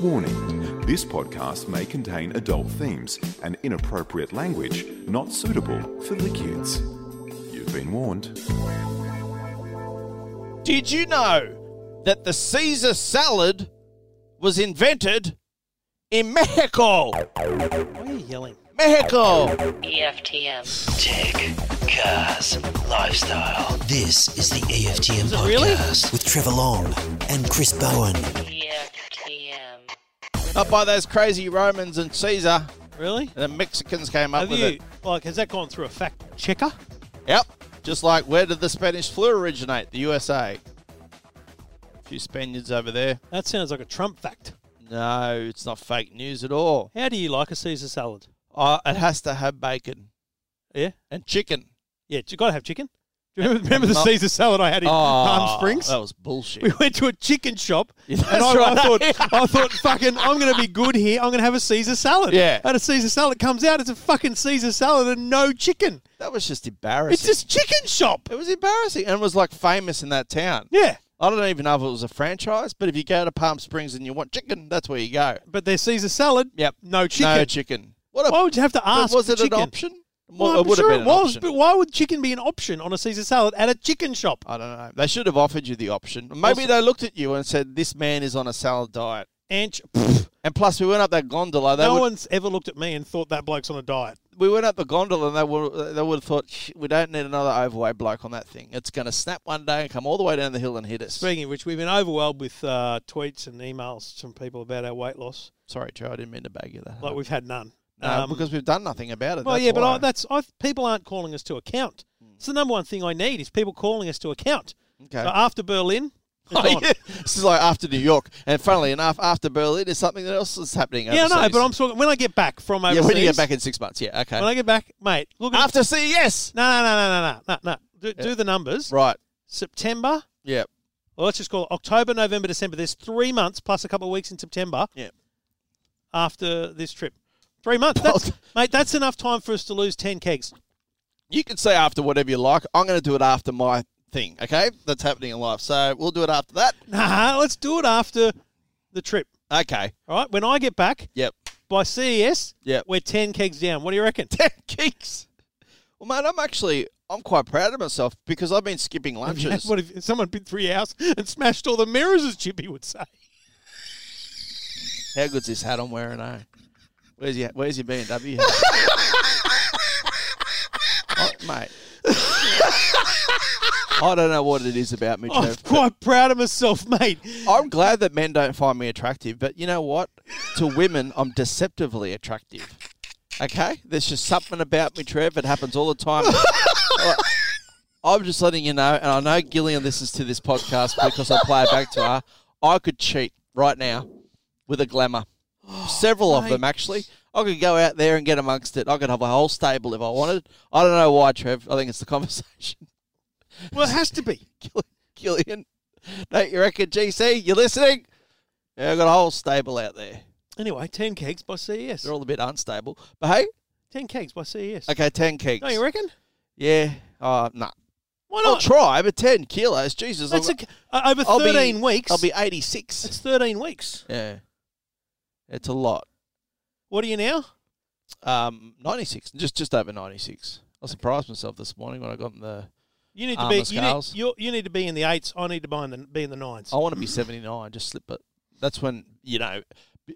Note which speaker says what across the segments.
Speaker 1: Warning this podcast may contain adult themes and inappropriate language not suitable for the kids. You've been warned.
Speaker 2: Did you know that the Caesar salad was invented in Mexico?
Speaker 3: Why are you yelling?
Speaker 2: Mexico!
Speaker 4: EFTM.
Speaker 5: Tech, cars, lifestyle. This is the EFTM podcast
Speaker 3: really?
Speaker 5: with Trevor Long and Chris Bowen.
Speaker 4: EFTM.
Speaker 2: Not by those crazy Romans and Caesar.
Speaker 3: Really?
Speaker 2: The Mexicans came up
Speaker 3: Have
Speaker 2: with
Speaker 3: you,
Speaker 2: it.
Speaker 3: like, has that gone through a fact checker?
Speaker 2: Yep. Just like where did the Spanish flu originate? The USA. A few Spaniards over there.
Speaker 3: That sounds like a Trump fact.
Speaker 2: No, it's not fake news at all.
Speaker 3: How do you like a Caesar salad?
Speaker 2: Uh, it has to have bacon
Speaker 3: Yeah?
Speaker 2: and chicken.
Speaker 3: Yeah, you got to have chicken. Do you remember, remember the
Speaker 2: Not-
Speaker 3: Caesar salad I had in Palm
Speaker 2: Oh,
Speaker 3: Springs?
Speaker 2: That was bullshit.
Speaker 3: We went to a chicken shop,
Speaker 2: Yeah,
Speaker 3: and
Speaker 2: that's
Speaker 3: I,
Speaker 2: right.
Speaker 3: I thought, I thought, fucking, I'm going to be good here. I'm going to have a Caesar salad.
Speaker 2: Yeah.
Speaker 3: And a Caesar salad comes out. It's a fucking Caesar salad and no chicken.
Speaker 2: That was just embarrassing.
Speaker 3: It's this chicken shop.
Speaker 2: it was embarrassing and it was like famous in that town.
Speaker 3: Yeah.
Speaker 2: I don't even know if it was a franchise, but if you go to Palm Springs and you want chicken, that's where you go.
Speaker 3: But their Caesar salad,
Speaker 2: Yep.
Speaker 3: no chicken.
Speaker 2: No chicken. What a,
Speaker 3: Why would you have to
Speaker 2: but
Speaker 3: ask?
Speaker 2: was
Speaker 3: for
Speaker 2: it
Speaker 3: chicken?
Speaker 2: an option?
Speaker 3: Well,
Speaker 2: Well,
Speaker 3: I'm
Speaker 2: it would
Speaker 3: sure
Speaker 2: have been
Speaker 3: it was,
Speaker 2: an
Speaker 3: but
Speaker 2: option.
Speaker 3: why would chicken be an option on a Caesar salad at a chicken shop?
Speaker 2: I don't know. They should have offered you the option. Maybe
Speaker 3: Also-
Speaker 2: they looked at you and said, "This man is on a salad diet."
Speaker 3: And pff,
Speaker 2: And plus, we went up that gondola. They
Speaker 3: no
Speaker 2: would,
Speaker 3: one's ever looked at me and thought that bloke's on a diet.
Speaker 2: we went up the gondola, and they would they would have thought, "Shh, "We don't need another overweight bloke on that thing. It's going to snap one day and come all the way down the hill and hit us."
Speaker 3: Speaking of which, we've been overwhelmed with uh, tweets and emails from people about our weight loss.
Speaker 2: Sorry, Joe, I didn't mean to bag you that.
Speaker 3: Like
Speaker 2: hard.
Speaker 3: we've had none.
Speaker 2: no,
Speaker 3: Um,
Speaker 2: Uh, because we've done nothing about it.
Speaker 3: well,
Speaker 2: that's
Speaker 3: yeah, but
Speaker 2: why. Hmm.
Speaker 3: I, that's I, people aren't calling us to account. It's the number one thing I need is people calling us to account.
Speaker 2: Okay.
Speaker 3: So after Berlin, it's
Speaker 2: Oh,
Speaker 3: on.
Speaker 2: yeah. This is like after New York, and funnily enough, after Berlin is something that else is happening.
Speaker 3: yeah, no,
Speaker 2: overseas.
Speaker 3: but I'm talking when I get back from
Speaker 2: yeah.
Speaker 3: overseas.
Speaker 2: When you get back in six months, yeah, okay.
Speaker 3: when I get back, mate, look at
Speaker 2: after E CES,
Speaker 3: no, no, no, no, no, no, no. Do, do the numbers.
Speaker 2: right?
Speaker 3: September.
Speaker 2: Yeah,
Speaker 3: Well, let's just call it October, November, December. There's three months plus a couple of weeks in September
Speaker 2: yeah.
Speaker 3: after this trip. Three months,
Speaker 2: Well-
Speaker 3: that's, mate. That's enough time for us to lose ten kegs.
Speaker 2: You can say after whatever you like. I'm going to do it after my thing. Okay, that's happening in life. So we'll do it after that.
Speaker 3: Nah, let's do it after the trip.
Speaker 2: Okay.
Speaker 3: All right. When I get back
Speaker 2: Yep.
Speaker 3: by CES,
Speaker 2: Yep.
Speaker 3: we're ten kegs down. What do you reckon?
Speaker 2: Ten gigs. Well, mate, I'm actually I'm quite proud of myself because I've been skipping lunches.
Speaker 3: what if someone been three hours and smashed all the mirrors, as Chippy would say?
Speaker 2: How good's this hat I'm wearing? Eh? Where's your Where's your BMW? oh, mate. I don't know what it is about me,
Speaker 3: I'm
Speaker 2: Trev.
Speaker 3: quite proud of myself, mate.
Speaker 2: I'm glad that men don't find me attractive, but you know what? to women, I'm deceptively attractive. Okay? There's just something about me, Trev. It happens all the time. Like, I'm just letting you know, and I know Gillian listens to this podcast because I play it back to her. I could cheat right now with a glamour. Several of them, actually. I could go out there and get amongst it. I could have a whole stable if I wanted. I don't know why, Trev. I think it's the conversation.
Speaker 3: Well, it has to be.
Speaker 2: Gill- Gillian, don't you reckon, GC? You listening? Yeah, I've got a whole stable out there.
Speaker 3: Anyway, ten kegs by CES.
Speaker 2: They're all a bit unstable. But hey,
Speaker 3: Ten kegs by CES.
Speaker 2: okay, 10 kegs.
Speaker 3: Don't you reckon?
Speaker 2: Yeah. Uh, nah.
Speaker 3: Why
Speaker 2: I'll
Speaker 3: not?
Speaker 2: try, but 10 kilos, Jesus.
Speaker 3: That's
Speaker 2: I'll,
Speaker 3: a, uh, over
Speaker 2: I'll
Speaker 3: 13
Speaker 2: be,
Speaker 3: weeks.
Speaker 2: I'll be 86.
Speaker 3: It's 13 weeks.
Speaker 2: yeah. It's a lot.
Speaker 3: What are you now?
Speaker 2: Um, 96, just just over 96. I surprised myself this morning when I got in the.
Speaker 3: You need to
Speaker 2: Armour
Speaker 3: be you need,
Speaker 2: scales.
Speaker 3: you're, you need to be in the eights. I need to be in the, be in the nines.
Speaker 2: I want to be 79, just slip it. That's when, you know,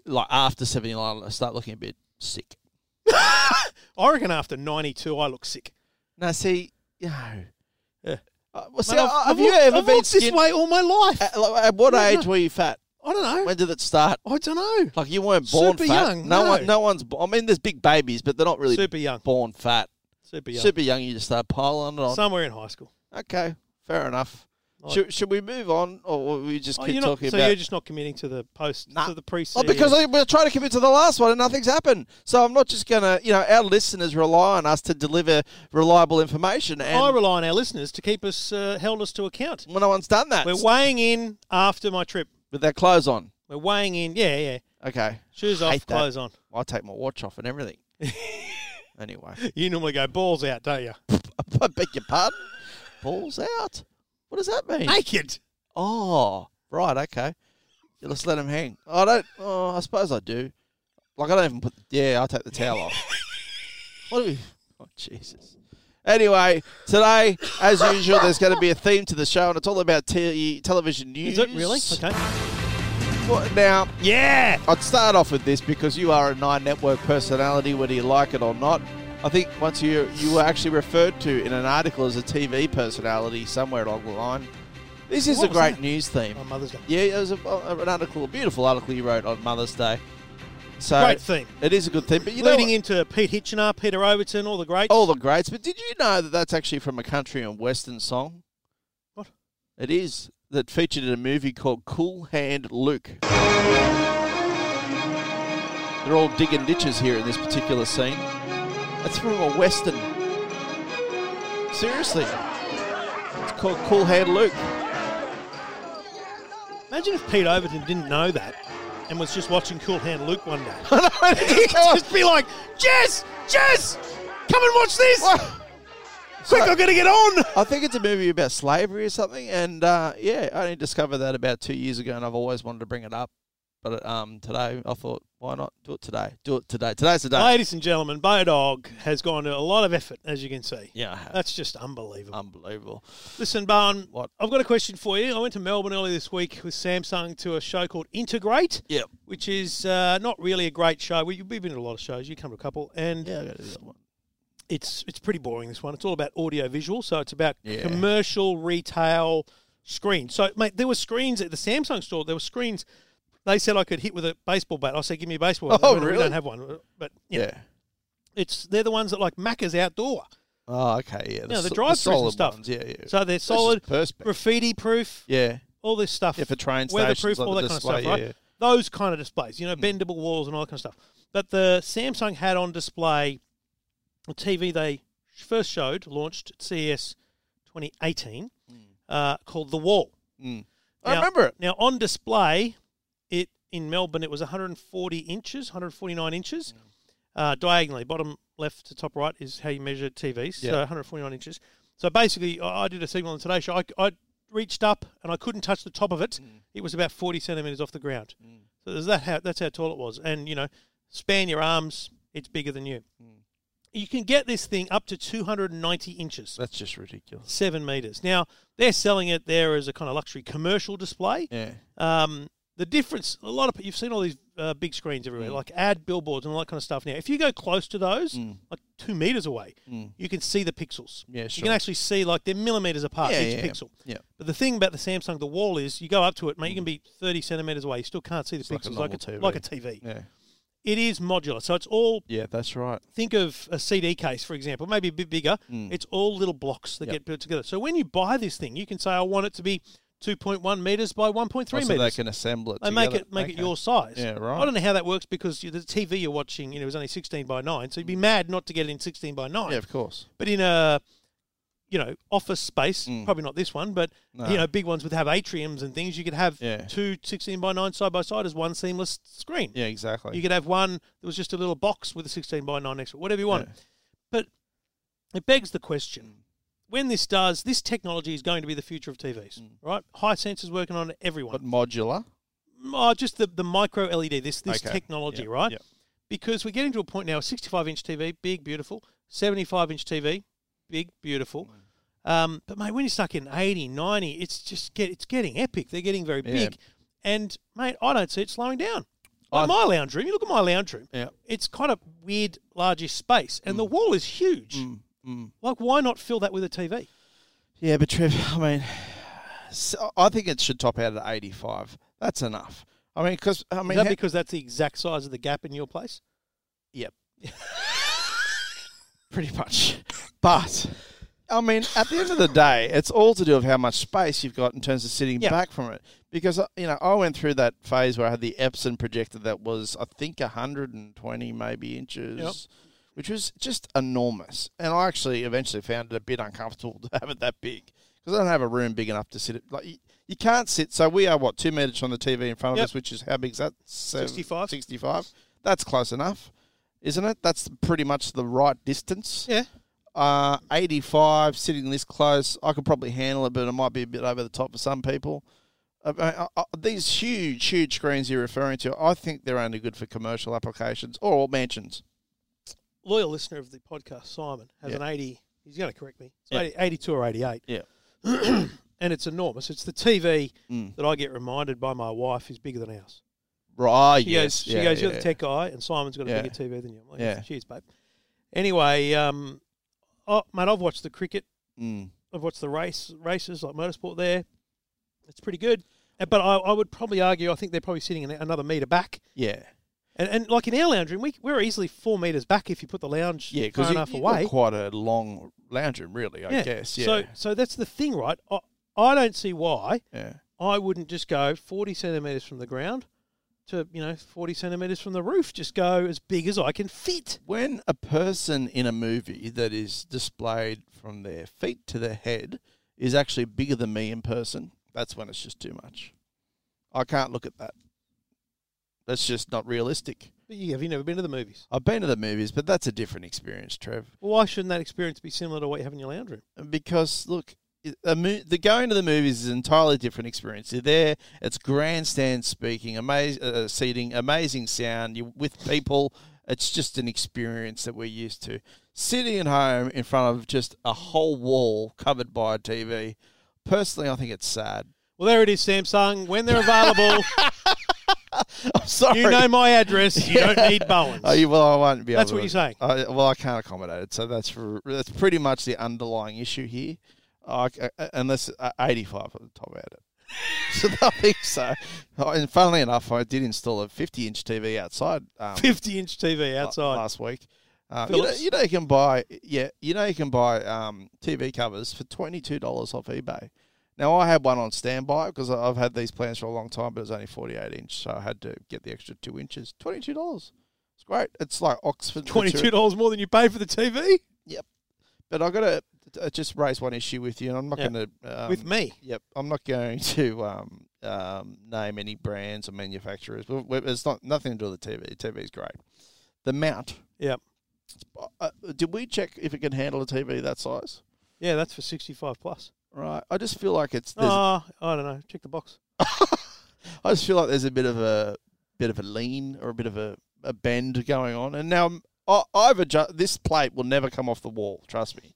Speaker 2: like after 79, I start looking a bit sick.
Speaker 3: I reckon after 92, I look sick.
Speaker 2: Now, see, you know.
Speaker 3: Yeah.
Speaker 2: Uh, well, see,
Speaker 3: Mate, I've-
Speaker 2: uh,
Speaker 3: I've
Speaker 2: have you
Speaker 3: looked-
Speaker 2: ever
Speaker 3: I've
Speaker 2: been
Speaker 3: looked this
Speaker 2: skin-
Speaker 3: way all my life.
Speaker 2: At, like, at what
Speaker 3: Yeah,
Speaker 2: age
Speaker 3: no.
Speaker 2: were you fat?
Speaker 3: I don't know.
Speaker 2: When did it start?
Speaker 3: I don't know.
Speaker 2: Like you weren't born
Speaker 3: Super
Speaker 2: fat.
Speaker 3: young,
Speaker 2: no,
Speaker 3: no.
Speaker 2: one, no one's. bo- I mean, there's big babies, but they're not really
Speaker 3: Super young.
Speaker 2: born fat.
Speaker 3: Super young.
Speaker 2: Super young, you just start piling it on.
Speaker 3: Somewhere in high school.
Speaker 2: okay, fair enough.
Speaker 3: Like-
Speaker 2: should, should we move on, or will we just
Speaker 3: Oh,
Speaker 2: keep
Speaker 3: you're not,
Speaker 2: talking
Speaker 3: so
Speaker 2: about?
Speaker 3: you're just not committing to the post,
Speaker 2: Nah.
Speaker 3: to the pre
Speaker 2: Oh, because I, we're trying to commit to the last one and nothing's happened. So I'm not just gonna, you know, our listeners rely on us to deliver reliable information, and
Speaker 3: I rely on our listeners to keep us, uh, held us to account.
Speaker 2: well, no one's done that
Speaker 3: We're weighing in after my trip.
Speaker 2: with their clothes on.
Speaker 3: We're weighing in. Yeah, yeah.
Speaker 2: Okay,
Speaker 3: Shoes
Speaker 2: Hate
Speaker 3: off,
Speaker 2: that.
Speaker 3: clothes on.
Speaker 2: I take my watch off and everything. anyway,
Speaker 3: You normally go balls out, don't you?
Speaker 2: I beg your pardon. Balls out. What does that mean?
Speaker 3: Naked.
Speaker 2: Oh, right, okay. You just let them hang. I don't. Oh, I suppose I do. Like I don't even put. Yeah, I take the towel off. What do we? Oh Jesus. Anyway, today, as usual, there's going to be a theme to the show, and it's all about te- television news.
Speaker 3: Is it really? Okay.
Speaker 2: Well, Now,
Speaker 3: Yeah.
Speaker 2: I'd start off with this because you are a Nine Network personality, whether you like it or not. I think once you you were actually referred to in an article as a TV personality somewhere along the line. This is
Speaker 3: What
Speaker 2: a
Speaker 3: was
Speaker 2: great
Speaker 3: that? Oh,
Speaker 2: news theme.
Speaker 3: On Mother's Day.
Speaker 2: Yeah, it was a, uh, an article, a beautiful article you wrote on Mother's Day. So
Speaker 3: Great theme.
Speaker 2: It is a good theme, but you
Speaker 3: Leading
Speaker 2: know, what? Oh.
Speaker 3: into Pete Hitchener, Peter Overton, all the greats.
Speaker 2: all the greats. But did you know that that's actually from a country and western song?
Speaker 3: What?
Speaker 2: It is that featured in a movie called Cool Hand Luke. They're all digging ditches here in this particular scene. That's from a western. Seriously, it's called Cool Hand Luke.
Speaker 3: Imagine if Pete Overton didn't know that and was just watching Cool Hand Luke one day.
Speaker 2: Just
Speaker 3: be like, Jess, Jess, come and watch this. Quick, I've got to get on.
Speaker 2: I think it's a movie about slavery or something, and uh, yeah, I only discovered that about two years ago, and I've always wanted to bring it up, but um, today I thought, why not do it today? Do it today. Today's the day.
Speaker 3: Ladies and gentlemen, Bodog has gone to a lot of effort, as you can see.
Speaker 2: yeah, I have.
Speaker 3: That's just unbelievable.
Speaker 2: unbelievable.
Speaker 3: Listen, Barn,
Speaker 2: What?
Speaker 3: I've got a question for you. I went to Melbourne earlier this week with Samsung to a show called Integrate,
Speaker 2: Yep.
Speaker 3: which is uh, not really a great show. We, we've been to a lot of shows. You come to a couple, and
Speaker 2: Yeah, I got to do that one.
Speaker 3: it's it's pretty boring. This one, it's all about audio visual, so it's about
Speaker 2: Yeah.
Speaker 3: commercial retail screens. So, mate, there were screens at the Samsung store. There were screens. They said I could hit with a baseball bat. I said, "Give me a baseball." bat.
Speaker 2: Oh,
Speaker 3: We don't-
Speaker 2: really?
Speaker 3: We don't have one, but you know,
Speaker 2: Yeah.
Speaker 3: it's they're the ones that like Macca's outdoor.
Speaker 2: Oh, okay. Yeah.
Speaker 3: No, the
Speaker 2: so-
Speaker 3: drive-thrus and
Speaker 2: solid
Speaker 3: stuff.
Speaker 2: Ones. Yeah, yeah.
Speaker 3: So they're
Speaker 2: This is
Speaker 3: solid,
Speaker 2: Perspex.
Speaker 3: graffiti proof,
Speaker 2: yeah.
Speaker 3: all this stuff.
Speaker 2: Yeah, for train stations,
Speaker 3: weatherproof,
Speaker 2: like
Speaker 3: all
Speaker 2: the
Speaker 3: that kind of
Speaker 2: display,
Speaker 3: stuff, right?
Speaker 2: yeah, Hmm. yeah.
Speaker 3: Those kind of displays, you know, bendable walls and all that kind of stuff. But the Samsung had on display a TV they first showed, launched at E CES 2018, uh, called The Wall.
Speaker 2: Mm. I
Speaker 3: Now-
Speaker 2: remember it.
Speaker 3: Now on display, it in Melbourne it was 140 inches, 149 inches,
Speaker 2: Mm.
Speaker 3: uh, diagonally. Bottom left to top right is how you measure TVs.
Speaker 2: Yeah.
Speaker 3: So 149 inches. So basically, I I did a segment on Today Show. I, I reached up and I couldn't touch the top of it.
Speaker 2: Mm.
Speaker 3: It was about 40 centimeters off the ground. So there's that how, that's how tall it was. And you know, span your arms. It's bigger than you.
Speaker 2: Mm.
Speaker 3: You can get this thing up to 290 inches
Speaker 2: That's just ridiculous.
Speaker 3: seven meters. Now they're selling it there as a kind of luxury commercial display.
Speaker 2: Yeah.
Speaker 3: Um, the difference, a lot of you've seen all these uh, big screens
Speaker 2: Mm.
Speaker 3: everywhere, like ad billboards and all that kind of stuff. Now, if you go close to those, like two meters away, you can see the pixels.
Speaker 2: Mm. Yeah,
Speaker 3: You
Speaker 2: sure.
Speaker 3: can actually see like they're millimeters apart
Speaker 2: Yeah,
Speaker 3: each
Speaker 2: yeah.
Speaker 3: pixel.
Speaker 2: Yeah. Mm.
Speaker 3: But the thing about the Samsung, the wall is you go up to it, mate. You can be thirty centimeters away. You still can't see the
Speaker 2: like a
Speaker 3: pixels like a,
Speaker 2: normal
Speaker 3: like a
Speaker 2: TV.
Speaker 3: TV.
Speaker 2: Yeah.
Speaker 3: It is modular, so it's all
Speaker 2: Yeah, that's right.
Speaker 3: think of a CD case, for example, maybe a bit bigger. It's all little blocks that
Speaker 2: Mm. Yep.
Speaker 3: get put together. So when you buy this thing, you can say, "I want it to be 2.1 meters by 1.3
Speaker 2: Oh, so
Speaker 3: meters."
Speaker 2: they can assemble it.
Speaker 3: they make
Speaker 2: together.
Speaker 3: it make it
Speaker 2: Okay.
Speaker 3: your size.
Speaker 2: Yeah, right.
Speaker 3: I don't know how that works because you, the TV you're watching, you know, is only 16 by 9, so you'd be mad not to get it in 16 by 9.
Speaker 2: Mm. Yeah, of course.
Speaker 3: But in a you know office space, probably not this one, but
Speaker 2: Mm. No.
Speaker 3: you know big ones would have atriums and things. You could have
Speaker 2: Yeah.
Speaker 3: two 16 by 9 side by side as one seamless screen.
Speaker 2: Yeah, exactly.
Speaker 3: You could have one that was just a little box with a 16 by 9 next to it, whatever you want. But it begs the question when this does, this technology is going to be the future of TVs, right? High sensors working on it,
Speaker 2: Mm. but
Speaker 3: everyone.
Speaker 2: modular.
Speaker 3: oh, just the, the micro LED, this, this
Speaker 2: Okay.
Speaker 3: technology,
Speaker 2: Yeah,
Speaker 3: right?
Speaker 2: yeah.
Speaker 3: Because we're getting to a point now 65 inch TV, big, beautiful. 75 inch TV, big, beautiful.
Speaker 2: Mm.
Speaker 3: Um, but mate, when you stuck in 80, 90, it's just get, it's getting epic. They're getting very
Speaker 2: Yeah.
Speaker 3: big. And mate, I don't see it slowing down.
Speaker 2: I-
Speaker 3: Like my lounge room, you look at my lounge room.
Speaker 2: Yeah. Mm.
Speaker 3: It's kind of weird, largish space, and the wall is huge. Like, why not fill that with a TV?
Speaker 2: Yeah, but Trev, I mean, so I think it should top out at 85. That's enough. I mean, because I
Speaker 3: Is
Speaker 2: mean,
Speaker 3: that
Speaker 2: how-
Speaker 3: because that's the exact size of the gap in your place?
Speaker 2: yep, pretty much. But I mean, at the end of the day, it's all to do with how much space you've got in terms of sitting
Speaker 3: Yeah.
Speaker 2: back from it. Because uh, you know, I went through that phase where I had the Epson projector that was, I think, 120 maybe inches.
Speaker 3: Yep.
Speaker 2: Which was just enormous, and I actually eventually found it a bit uncomfortable to have it that big because I don't have a room big enough to sit. It. Like you, you can't sit. So we are what two meters from the TV in front of
Speaker 3: Yep.
Speaker 2: us, which is how big is that? Seven-
Speaker 3: 65.
Speaker 2: 65. That's close enough, isn't it? That's pretty much the right distance.
Speaker 3: Yeah.
Speaker 2: Uh, 85, sitting this close, I could probably handle it, but it might be a bit over the top for some people. Uh, I mean, I- I- these huge, huge screens you're referring to, I think they're only good for commercial applications or mansions.
Speaker 3: Loyal listener of the podcast, Simon, has
Speaker 2: Yeah.
Speaker 3: an 80. He's going to correct me. It's
Speaker 2: Yeah.
Speaker 3: 80, 82 or 88.
Speaker 2: Yeah.
Speaker 3: and it's enormous. It's the TV
Speaker 2: Mm.
Speaker 3: that I get reminded by my wife is bigger than ours.
Speaker 2: Right.
Speaker 3: She
Speaker 2: Uh, yes.
Speaker 3: goes, she
Speaker 2: yeah,
Speaker 3: goes, you're
Speaker 2: yeah.
Speaker 3: the tech guy, and Simon's got a
Speaker 2: Yeah.
Speaker 3: bigger TV than you. I'm like,
Speaker 2: Yeah.
Speaker 3: cheers, babe. Anyway, um, oh, mate, I've watched the cricket.
Speaker 2: Mm.
Speaker 3: I've watched the race races like motorsport there. It's pretty good, Uh, but I, I would probably argue I think they're probably sitting an, another meter back.
Speaker 2: Yeah.
Speaker 3: And, and like in our lounge room, we, we're easily four meters back if you put the lounge
Speaker 2: Yeah,
Speaker 3: far
Speaker 2: because you,
Speaker 3: enough
Speaker 2: you've
Speaker 3: away.
Speaker 2: got quite a long lounge room, really. I guess. Yeah.
Speaker 3: So so that's the thing, right? I, I don't see why
Speaker 2: yeah.
Speaker 3: I wouldn't just go forty centimeters from the ground to you know forty centimeters from the roof. Just go as big as I can fit.
Speaker 2: When a person in a movie that is displayed from their feet to their head is actually bigger than me in person, that's when it's just too much. I can't look at that. That's just not realistic.
Speaker 3: But you have you never been to the movies?
Speaker 2: I've been to the movies, but that's a different experience, Trev.
Speaker 3: Well, why shouldn't that experience be similar to what you have in your lounge room?
Speaker 2: Because look, i- a mo- the going to the movies is an entirely different experience. You're there, it's grandstand speaking, amazing uh, seating, amazing sound. You're with people. It's just an experience that we're used to. Sitting at home in front of just a whole wall covered by a TV. Personally, I think it's sad.
Speaker 3: Well, there it is, Samsung. When they're available.
Speaker 2: I'm sorry.
Speaker 3: You know my address. You don't need Bowens.
Speaker 2: Oh, you, well, I won't be.
Speaker 3: That's
Speaker 2: able
Speaker 3: what
Speaker 2: to-
Speaker 3: you're saying.
Speaker 2: I, well, I can't accommodate it, so that's r- that's pretty much the underlying issue here. Uh, I- I- unless uh, 85 at the top at it, so I think so. Oh, And funnily enough, I did install a 50 inch TV outside um,
Speaker 3: 50 inch TV
Speaker 2: la-
Speaker 3: outside.
Speaker 2: last week. Uh, you, know,
Speaker 3: Philips?
Speaker 2: you know you can buy yeah you know you can buy um, TV covers for twenty two dollars off eBay. Now I had one on standby because I've had these plans for a long time, but it's only forty eight inch, so I had to get the extra two inches. Twenty two dollars. It's great. It's like Oxford material.
Speaker 3: $22 more than you pay for the TV?
Speaker 2: But I got to uh, just raise one issue with you, and I'm not
Speaker 3: Yeah.
Speaker 2: going to um,
Speaker 3: With me.
Speaker 2: Yep, I'm not going to um, um, name any brands or manufacturers. We- we- It's not nothing to do with the TV. TV is great. The mount.
Speaker 3: Yep.
Speaker 2: Uh, did we check if it can handle a TV that size?
Speaker 3: Yeah, that's for 65 plus.
Speaker 2: Right. I just feel like it's. There's,
Speaker 3: Ah, I don't know. Check the box.
Speaker 2: I just feel like there's a bit of a bit of a lean or a bit of a, a bend going on. And now I'm- I, I've adjust. This plate will never come off the wall. Trust me.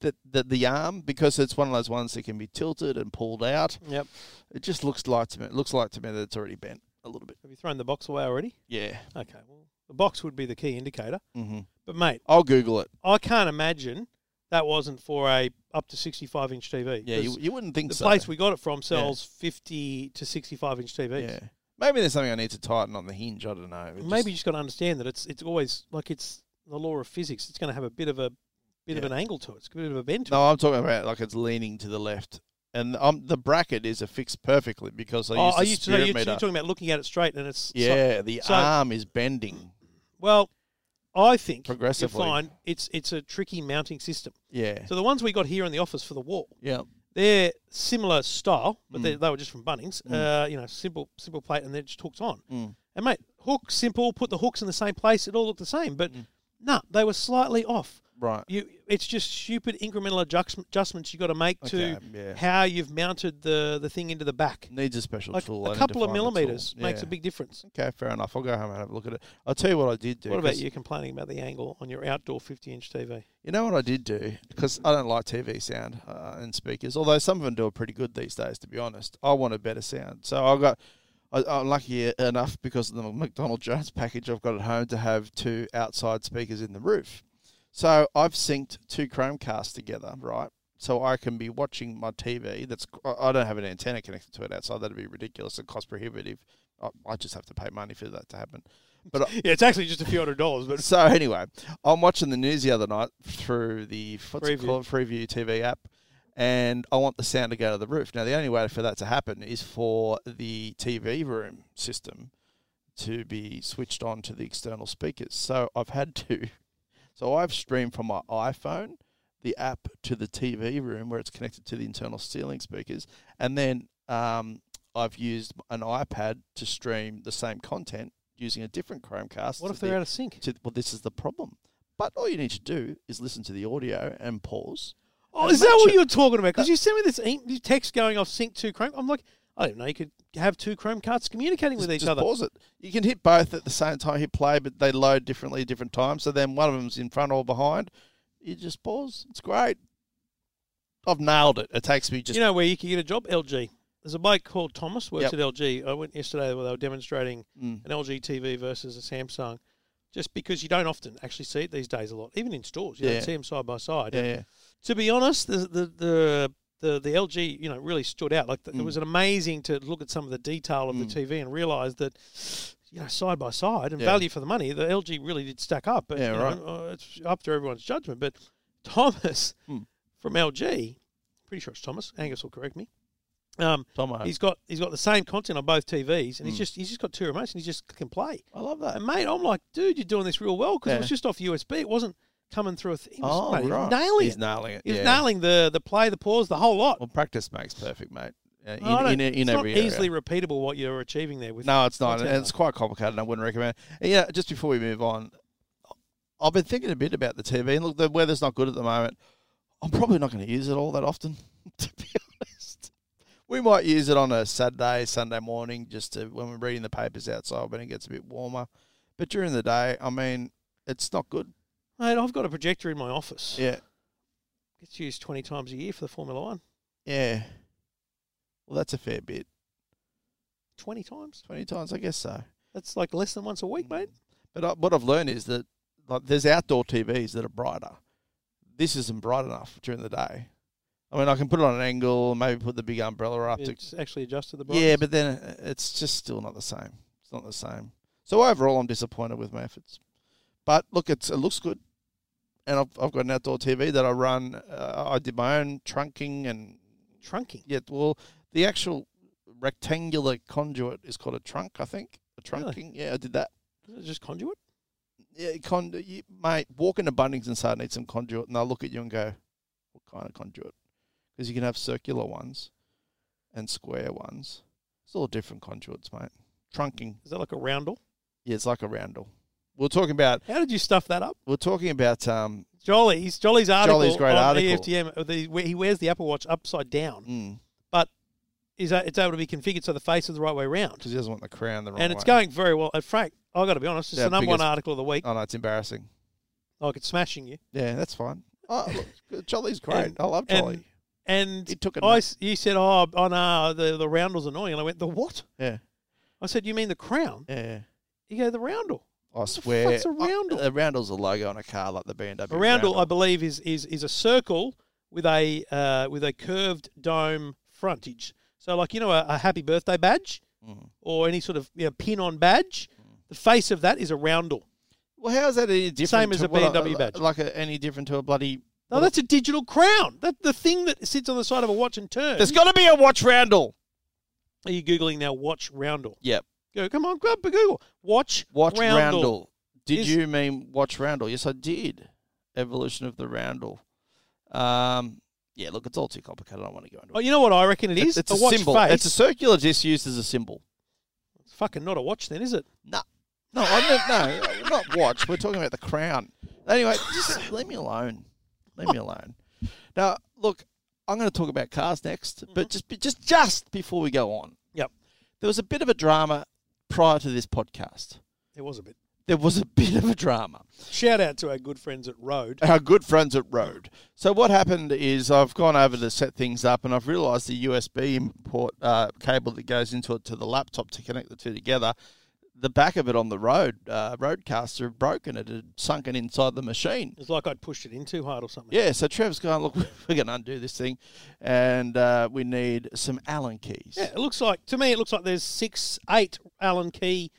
Speaker 2: The, the the arm because it's one of those ones that can be tilted and pulled out.
Speaker 3: Yep.
Speaker 2: It just looks like to me. It looks like to me that it's already bent a little bit.
Speaker 3: Have you thrown the box away already?
Speaker 2: Yeah.
Speaker 3: Okay. Well, the box would be the key indicator.
Speaker 2: Mm-hmm.
Speaker 3: But, mate,
Speaker 2: I'll Google it.
Speaker 3: I can't imagine that wasn't for a up to 65 inch TV.
Speaker 2: Yeah, you,
Speaker 3: 'cause
Speaker 2: you wouldn't think
Speaker 3: the
Speaker 2: so.
Speaker 3: place we got it from sells 50 to 65 inch TVs.
Speaker 2: yeah. Maybe there's something I need to tighten on the hinge. I don't know. It
Speaker 3: Maybe you
Speaker 2: just-
Speaker 3: just got to understand that it's it's always like it's the law of physics. It's going to have a bit of a bit of
Speaker 2: Yeah.
Speaker 3: an angle to it. It's a bit of a bend. To it.
Speaker 2: no, I'm talking about like it's leaning to the left, and um, the bracket is affixed perfectly because I
Speaker 3: Oh,
Speaker 2: use
Speaker 3: are
Speaker 2: the
Speaker 3: you so
Speaker 2: spirit
Speaker 3: you're, you're
Speaker 2: meter.
Speaker 3: talking about looking at it straight and it's so-
Speaker 2: yeah, the
Speaker 3: so-
Speaker 2: arm is bending.
Speaker 3: well, I think you'll
Speaker 2: Progressively.
Speaker 3: find it's it's a tricky mounting system.
Speaker 2: Yeah,
Speaker 3: So the ones we got here in the office for the wall,
Speaker 2: yeah,
Speaker 3: they're similar style, but
Speaker 2: Mm.
Speaker 3: they, they were just from Bunnings. Uh, you know, simple simple plate, and they're just hooked on.
Speaker 2: Mm.
Speaker 3: And mate, hook simple, put the hooks in the same place. It all looked the same, but no, they were slightly off.
Speaker 2: Mm. right.
Speaker 3: you it's just stupid incremental adjust, adjustments you got to make to
Speaker 2: Okay, yeah.
Speaker 3: how you've mounted the the thing into the back.
Speaker 2: Needs a special
Speaker 3: Like
Speaker 2: tool. I
Speaker 3: a
Speaker 2: need to
Speaker 3: couple of
Speaker 2: find the tool.
Speaker 3: millimeters makes a
Speaker 2: Yeah.
Speaker 3: big difference.
Speaker 2: Okay, fair enough. I'll go home and have a look at it. I'll tell you what I did do.
Speaker 3: What
Speaker 2: 'cause-
Speaker 3: about you complaining about the angle on your outdoor 50 inch TV?
Speaker 2: You know what I did do because I don't like TV sound uh, and speakers, although some of them do it pretty good these days. To be honest, I want a better sound, so I got. I, I'm lucky enough because of the McDonald Jones package I've got at home to have two outside speakers in the roof. So I've synced two Chromecasts together, right? So I can be watching my TV. That's I- I don't have an antenna connected to it outside. That'd be ridiculous and cost prohibitive. I, I just have to pay money for that to happen. But I-
Speaker 3: Yeah, it's actually just a few hundred dollars, but
Speaker 2: so anyway, I'm watching the news the other night through the what's
Speaker 3: Freeview.
Speaker 2: it called Freeview TV app, and I want the sound to go to the roof. Now the only way for that to happen is for the TV room system to be switched on to the external speakers. So I've had to, so I've streamed from my iPhone the app to the TV room where it's connected to the internal ceiling speakers, and then um, I've used an iPad to stream the same content using a different Chromecast.
Speaker 3: what
Speaker 2: to
Speaker 3: if they're
Speaker 2: the-
Speaker 3: out of sync?
Speaker 2: to well, this is the problem. But all you need to do is listen to the audio and pause.
Speaker 3: Oh,
Speaker 2: and
Speaker 3: is that what
Speaker 2: match it.
Speaker 3: you're talking about? Because you sent me this e- text going off sync to Chrome. I'm like, I don't know. You could have two Chromecasts communicating with
Speaker 2: Just-
Speaker 3: each
Speaker 2: just
Speaker 3: other.
Speaker 2: pause it. You can hit both at the same time. Hit play, but they load differently at different times. So then one of them's in front or behind. You just pause. It's great. I've nailed it. It takes me just
Speaker 3: you know where you could get a job? LG. There's a bloke called Thomas works
Speaker 2: Yep.
Speaker 3: at LG. I went yesterday where they were demonstrating
Speaker 2: Mm.
Speaker 3: an LG TV versus a Samsung, just because you don't often actually see it these days a lot, even in stores. You
Speaker 2: Yeah.
Speaker 3: don't see them side by side.
Speaker 2: yeah, yeah.
Speaker 3: To be honest, the the the the, the LG you know really stood out. Like the,
Speaker 2: Mm.
Speaker 3: it was an amazing to look at some of the detail of the TV and realize that. You know, side by side and
Speaker 2: Yeah.
Speaker 3: value for the money, the LG really did stack up. But,
Speaker 2: Yeah,
Speaker 3: you
Speaker 2: right. Hmm.
Speaker 3: know, uh, it's up to everyone's judgment. But Thomas from LG, pretty sure it's Thomas. Angus will correct me. Um,
Speaker 2: Tomo.
Speaker 3: He's got he's got the same content on both TVs, and he's just he's just got two remotes, and he's just click and play.
Speaker 2: Hmm. I love that.
Speaker 3: And mate, I'm like, dude, you're doing this real well because it
Speaker 2: Yeah.
Speaker 3: was just off USB. It wasn't coming through a. Th- he was,
Speaker 2: Oh,
Speaker 3: mate, he was
Speaker 2: right.
Speaker 3: nailing
Speaker 2: He's
Speaker 3: it.
Speaker 2: nailing it.
Speaker 3: he was
Speaker 2: yeah.
Speaker 3: nailing the the play, the pause, the whole lot.
Speaker 2: Well, practice makes perfect, mate. Yeah, in,
Speaker 3: I don't-
Speaker 2: in, in,
Speaker 3: it's
Speaker 2: every
Speaker 3: not
Speaker 2: area.
Speaker 3: easily repeatable what you're achieving there with.
Speaker 2: No, it's not,
Speaker 3: content,
Speaker 2: and it's quite complicated. and I wouldn't recommend. it. And, Yeah, just before we move on, I've been thinking a bit about the TV, and look, the weather's not good at the moment. I'm probably not going to use it all that often, to be honest. We might use it on a Saturday, Sunday morning, just to when we're reading the papers outside when it gets a bit warmer. But during the day, I mean, it's not good.
Speaker 3: mate. I've got a projector in my office.
Speaker 2: Yeah,
Speaker 3: It's used twenty times a year for the Formula One.
Speaker 2: yeah. Well, that's a fair bit.
Speaker 3: Twenty times.
Speaker 2: Twenty times, I guess so.
Speaker 3: That's like less than once a week, mate.
Speaker 2: But I, what I've learned is that like there's outdoor TVs that are brighter. This isn't bright enough during the day. I mean, I can put it on an angle, maybe put the big umbrella up to.
Speaker 3: It's actually adjusted the brightness.
Speaker 2: Yeah, but then uh, it's just still not the same. It's not the same. So overall, I'm disappointed with my efforts. But look, it's, it looks good, and I've, I've got an outdoor TV that I run. Uh, I did my own trunking and
Speaker 3: trunking.
Speaker 2: yeah, well, the actual rectangular conduit is called a trunk, I think. A
Speaker 3: Really?
Speaker 2: trunking. Yeah, I did that.
Speaker 3: Is it just conduit?
Speaker 2: Yeah, con- you, mate, walk into Bunnings and say, I need some conduit. And they'll look at you and go, What kind of conduit? Because you can have circular ones and square ones. It's all different conduits, mate. Trunking.
Speaker 3: Is that like a roundel?
Speaker 2: Yeah, it's like a roundel. We're talking about,
Speaker 3: How did you stuff that up?
Speaker 2: we're talking about, um,
Speaker 3: Jolly's Jolly's article
Speaker 2: Jolly's great
Speaker 3: on
Speaker 2: article.
Speaker 3: EFTM. uh, The, where he wears the Apple Watch upside down,
Speaker 2: mm,
Speaker 3: but is a- it's able to be configured so the face is the right way round,
Speaker 2: 'cause he doesn't want the crown the wrong
Speaker 3: and it's
Speaker 2: way.
Speaker 3: going very well. And Frank, I got to be honest, it's
Speaker 2: Yeah,
Speaker 3: the number one
Speaker 2: biggest-
Speaker 3: article of the week.
Speaker 2: Oh, no, it's embarrassing.
Speaker 3: Like it's smashing you.
Speaker 2: Yeah, that's fine. Oh, look, Jolly's great.
Speaker 3: And-
Speaker 2: I love
Speaker 3: and-
Speaker 2: Jolly.
Speaker 3: And
Speaker 2: It took a
Speaker 3: I
Speaker 2: nap.
Speaker 3: s- you said, oh, oh no, the the roundel's annoying, and I went, the what?
Speaker 2: yeah,
Speaker 3: I said, you mean the crown?
Speaker 2: yeah, yeah.
Speaker 3: You go the roundel.
Speaker 2: I
Speaker 3: the
Speaker 2: swear.
Speaker 3: fuck's a
Speaker 2: I-
Speaker 3: roundel?
Speaker 2: a roundel's a logo on a car like the BMW.
Speaker 3: A roundel, I believe, is is is a circle with a uh, with a curved dome frontage. So, like you know, a, a happy birthday badge
Speaker 2: Mm-hmm.
Speaker 3: or any sort of you know, pin on badge,
Speaker 2: Mm.
Speaker 3: the face of that is a roundel.
Speaker 2: Well, how is that any different?
Speaker 3: Same as
Speaker 2: to
Speaker 3: a
Speaker 2: what I-
Speaker 3: BMW badge.
Speaker 2: Like a, any different to a bloody.
Speaker 3: No, that's a digital crown. That the thing that sits on the side of a watch and turns.
Speaker 2: There's got to be a watch roundel.
Speaker 3: Are you googling now? Watch roundel.
Speaker 2: Yep.
Speaker 3: Go, come on, grab Google. Watch
Speaker 2: Watch roundel.
Speaker 3: roundel.
Speaker 2: Did
Speaker 3: Is-
Speaker 2: you mean watch roundel? Yes, I did. Evolution of the roundel. Um. Yeah. Look, it's all too complicated. I don't want to go into
Speaker 3: Oh,
Speaker 2: it.
Speaker 3: you know what I reckon it is?
Speaker 2: it's, it's
Speaker 3: a watch
Speaker 2: symbol.
Speaker 3: face.
Speaker 2: It's a circular disc used as a symbol.
Speaker 3: It's fucking not a watch, then, is it?
Speaker 2: No. No, I meant, no, not watch. We're talking about the crown. Anyway, just leave me alone. Leave me alone. Now, look, I'm going to talk about cars next, but just be- just just before we go on,
Speaker 3: Yep.
Speaker 2: there was a bit of a drama prior to this podcast.
Speaker 3: It was a bit.
Speaker 2: There was a bit of a drama.
Speaker 3: Shout out to our good friends at Road.
Speaker 2: Our good friends at Road. So what happened is I've gone over to set things up, and I've realised the USB import uh, cable that goes into it to the laptop to connect the two together. The back of it on the road, uh, Roadcaster had broken. It had sunken inside the machine.
Speaker 3: It's like I'd pushed it in too hard or something.
Speaker 2: Yeah, so Trev's going, look, we're going to undo this thing, and uh, we need some Allen keys.
Speaker 3: Yeah, it looks like to me it looks like there's six, eight Allen key,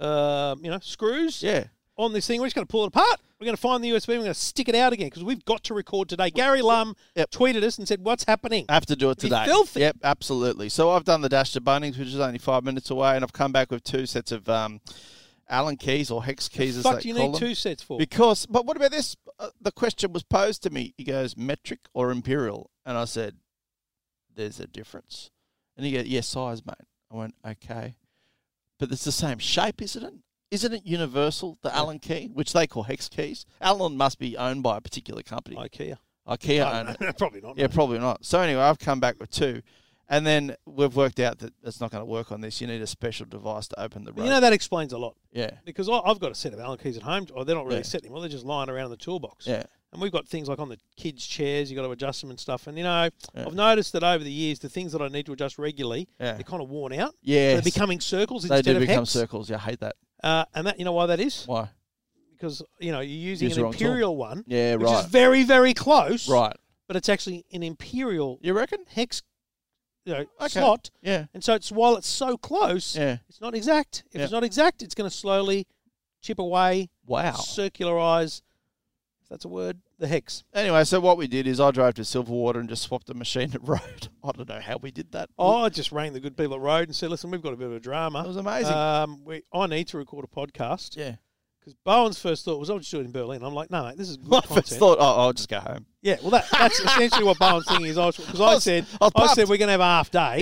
Speaker 3: uh, you know, screws
Speaker 2: Yeah.
Speaker 3: on this thing. We're just going to pull it apart. We're going to find the USB. We're going to stick it out again because we've got to record today. Gary Lum
Speaker 2: Yep.
Speaker 3: tweeted us and said, "What's happening?"
Speaker 2: I have to do it
Speaker 3: It'd be
Speaker 2: today.
Speaker 3: filthy.
Speaker 2: Yep, absolutely. So I've done the dash to Bunnings, which is only five minutes away, and I've come back with two sets of um, Allen keys or hex keys. as
Speaker 3: Fuck,
Speaker 2: they
Speaker 3: do you
Speaker 2: call
Speaker 3: need
Speaker 2: them.
Speaker 3: two sets for?
Speaker 2: Because, but what about this? Uh, the question was posed to me. He goes, metric or imperial? And I said, there's a difference. And he goes, yes, size, mate. I went, okay. But it's the same shape, isn't it? Isn't it universal, the Allen key, which they call hex keys? Allen must be owned by a particular company.
Speaker 3: IKEA.
Speaker 2: IKEA
Speaker 3: Oh,
Speaker 2: own it.
Speaker 3: no, probably not.
Speaker 2: Yeah, probably not. So anyway, I've come back with two, And then we've worked out that it's not going to work on this. You need a special device to open the road.
Speaker 3: You know that explains a lot
Speaker 2: yeah,
Speaker 3: because I, I've got a set of Allen keys at home. Or they're not really
Speaker 2: Yeah.
Speaker 3: set anymore; they're just lying around in the toolbox.
Speaker 2: yeah.
Speaker 3: And we've got things like on the kids' chairs, you got to adjust them and stuff. And you know,
Speaker 2: Yeah.
Speaker 3: I've noticed that over the years, the things that I need to adjust regularly,
Speaker 2: Yeah.
Speaker 3: they're kind of worn out.
Speaker 2: Yes.
Speaker 3: they're becoming circles
Speaker 2: They
Speaker 3: instead
Speaker 2: do
Speaker 3: of
Speaker 2: become
Speaker 3: hex.
Speaker 2: circles. Yeah, I hate that.
Speaker 3: Uh, and that you know why that is
Speaker 2: Why?
Speaker 3: because you know you're using
Speaker 2: Use the
Speaker 3: an
Speaker 2: wrong tool.
Speaker 3: imperial one,
Speaker 2: Yeah,
Speaker 3: which
Speaker 2: right.
Speaker 3: is very very close,
Speaker 2: right.
Speaker 3: But it's actually an imperial
Speaker 2: You reckon?
Speaker 3: hex you know,
Speaker 2: Okay.
Speaker 3: slot,
Speaker 2: Yeah.
Speaker 3: and so it's while it's so close,
Speaker 2: Yeah.
Speaker 3: it's not exact. If
Speaker 2: Yeah.
Speaker 3: it's not exact, it's going to slowly chip away,
Speaker 2: Wow.
Speaker 3: circularize. If that's a word, the hex.
Speaker 2: Anyway, so what we did is I drove to Silverwater and just swapped the machine at road. I don't know how we did that.
Speaker 3: Oh, I just rang the good people at Road and said, "Listen, we've got a bit of a drama.
Speaker 2: That was amazing.
Speaker 3: Um, we, I need to record a podcast
Speaker 2: yeah.
Speaker 3: because Bowen's first thought was, "I'll just do it in Berlin." I'm like, "No, mate, this is good
Speaker 2: My
Speaker 3: content."
Speaker 2: first thought, oh, I'll just go home.
Speaker 3: Yeah, well, that, that's essentially what Bowen's thinking is. Because I,
Speaker 2: I was-
Speaker 3: said,
Speaker 2: I was
Speaker 3: I, said
Speaker 2: pumped.
Speaker 3: we're going to have a half day.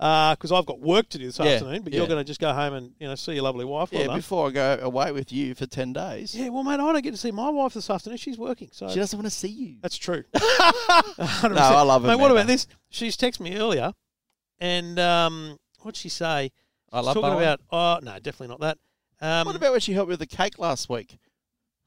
Speaker 2: Yeah.
Speaker 3: because I've got work to do this
Speaker 2: Yeah,
Speaker 3: afternoon, but you're
Speaker 2: yeah.
Speaker 3: going to just go home and you know see your lovely wife.
Speaker 2: Yeah.
Speaker 3: Well done.
Speaker 2: before I go away with you for 10 days,
Speaker 3: yeah, well, mate, I don't get to see my wife this afternoon. She's working, so
Speaker 2: she doesn't want to see you.
Speaker 3: that's true.
Speaker 2: No, I love
Speaker 3: Mate, what
Speaker 2: Amanda.
Speaker 3: about this? She's texted me earlier, and um, what'd she say?
Speaker 2: I
Speaker 3: She's
Speaker 2: love
Speaker 3: talking
Speaker 2: Bowen.
Speaker 3: about. Oh no, definitely not that. Um,
Speaker 2: What about when she helped me with the cake last week?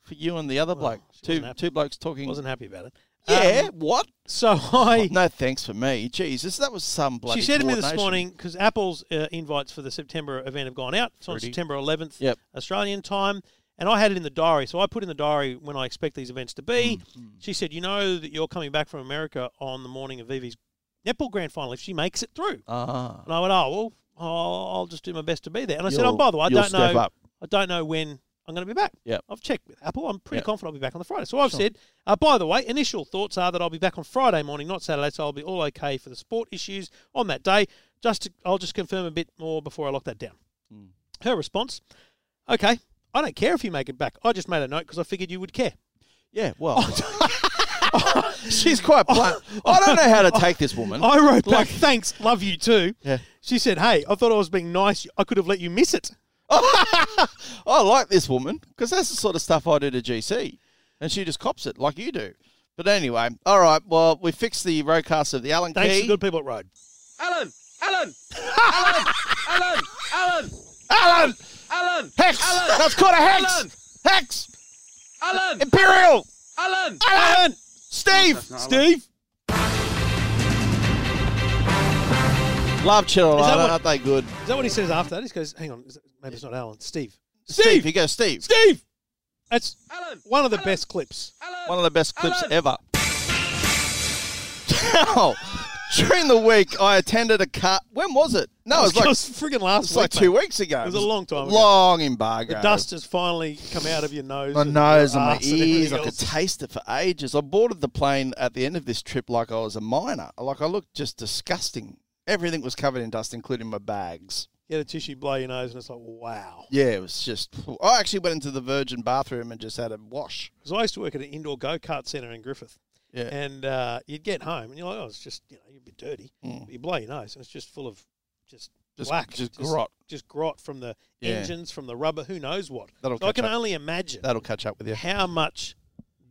Speaker 2: For you and the other
Speaker 3: Well,
Speaker 2: bloke.
Speaker 3: Oh, she wasn't
Speaker 2: Two,
Speaker 3: happy.
Speaker 2: two blokes talking.
Speaker 3: Wasn't happy about it.
Speaker 2: yeah,
Speaker 3: Um,
Speaker 2: what? Oh,
Speaker 3: so I.
Speaker 2: no thanks for me. Jesus, that was some bloody
Speaker 3: She said to me this
Speaker 2: coordination.
Speaker 3: morning because Apple's uh, invites for the September event have gone out. It's on
Speaker 2: Fruity.
Speaker 3: September 11th,
Speaker 2: Yep.
Speaker 3: Australian time. And I had it in the diary. So I put in the diary when I expect these events to be.
Speaker 2: Hmm.
Speaker 3: She said, You know that you're coming back from America on the morning of Vivi's netball grand final if she makes it through.
Speaker 2: Ah.
Speaker 3: And I went, Oh, well, I'll, I'll just do my best to be there. And I said,
Speaker 2: You'll-
Speaker 3: Oh, by the way, I
Speaker 2: you'll
Speaker 3: don't
Speaker 2: step
Speaker 3: know.
Speaker 2: up.
Speaker 3: I don't know when I'm going to be back.
Speaker 2: Yep.
Speaker 3: I've checked with Apple. I'm pretty
Speaker 2: Yep.
Speaker 3: confident I'll be back on the Friday. So I've said, uh, by the way, initial thoughts are that I'll be back on Friday morning, not Saturday. So I'll be all okay for the sport issues on that day. Just to, I'll just confirm a bit more before I lock that down.
Speaker 2: Hmm.
Speaker 3: Her response, okay, I don't care if you make it back. I just made a note because I figured you would care.
Speaker 2: Yeah, well. She's quite blunt. I don't know how to take this woman.
Speaker 3: I wrote back,
Speaker 2: Like-
Speaker 3: thanks, love you too.
Speaker 2: Yeah.
Speaker 3: She said, hey, I thought I was being nice. I could have let you miss it.
Speaker 2: I like this woman because that's the sort of stuff I do to GC, and she just cops it like you do. But anyway, all right. Well, we fixed the roadcast of the Allen
Speaker 3: Thanks
Speaker 2: Key.
Speaker 3: to good people at Road.
Speaker 2: Allen, Allen, Hex. That's called a Hex. Hex. Allen. Imperial. Allen. Allen. Steve. Steve. Love Channel
Speaker 3: Is that
Speaker 2: Island,
Speaker 3: what-
Speaker 2: aren't they good?
Speaker 3: Is that what he says after that? He goes, hang on, is it- maybe it's not Alan, Steve.
Speaker 2: Steve, you go, Steve.
Speaker 3: Steve. That's one of the best clips.
Speaker 2: One of the best clips ever. Now, during the week, I attended a car. When was it? No, it was like
Speaker 3: friggin' last
Speaker 2: It's
Speaker 3: week.
Speaker 2: like two
Speaker 3: mate.
Speaker 2: weeks ago.
Speaker 3: It was a long time ago.
Speaker 2: Long embargo.
Speaker 3: The dust has finally come out of your nose.
Speaker 2: My
Speaker 3: and
Speaker 2: nose
Speaker 3: your
Speaker 2: and my
Speaker 3: arse everything
Speaker 2: ears. I could
Speaker 3: else.
Speaker 2: taste it for ages. I boarded the plane at the end of this trip like I was a minor. Like I looked just disgusting. Everything was covered in dust, including my bags.
Speaker 3: Get a tissue, blow your nose, and it's like, wow.
Speaker 2: Yeah, it was just. I actually went into the virgin bathroom and just had a wash.
Speaker 3: Because I used to work at an indoor go kart centre in Griffith.
Speaker 2: Yeah.
Speaker 3: And uh, you'd get home and you're like, oh, it's just, you know, you're a bit dirty. But you blow your nose and it's just full of just,
Speaker 2: Mm. Just-
Speaker 3: black.
Speaker 2: just grot.
Speaker 3: Just grot from the
Speaker 2: Yeah.
Speaker 3: engines, from the rubber, who knows what.
Speaker 2: That'll
Speaker 3: so I
Speaker 2: catch
Speaker 3: can
Speaker 2: up.
Speaker 3: only imagine
Speaker 2: That'll catch up with you.
Speaker 3: how much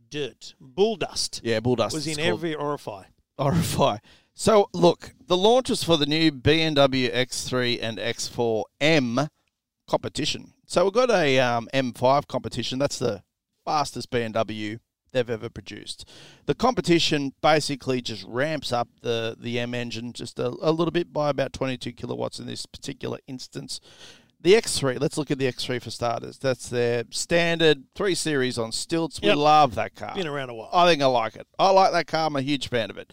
Speaker 3: dirt, bull dust,
Speaker 2: Yeah, bull dust.
Speaker 3: was
Speaker 2: it's
Speaker 3: in
Speaker 2: called.
Speaker 3: every orifice.
Speaker 2: Orify. So look, the launches for the new BMW X3 and X4 M competition. So we've got a um, M5 competition. That's the fastest BMW they've ever produced. The competition basically just ramps up the the M engine just a, a little bit by about 22 kilowatts in this particular instance. The X3. Let's look at the X3 for starters. That's their standard three series on stilts.
Speaker 3: Yep.
Speaker 2: We love that car.
Speaker 3: Been around a while.
Speaker 2: I think I like it. I like that car. I'm a huge fan of it.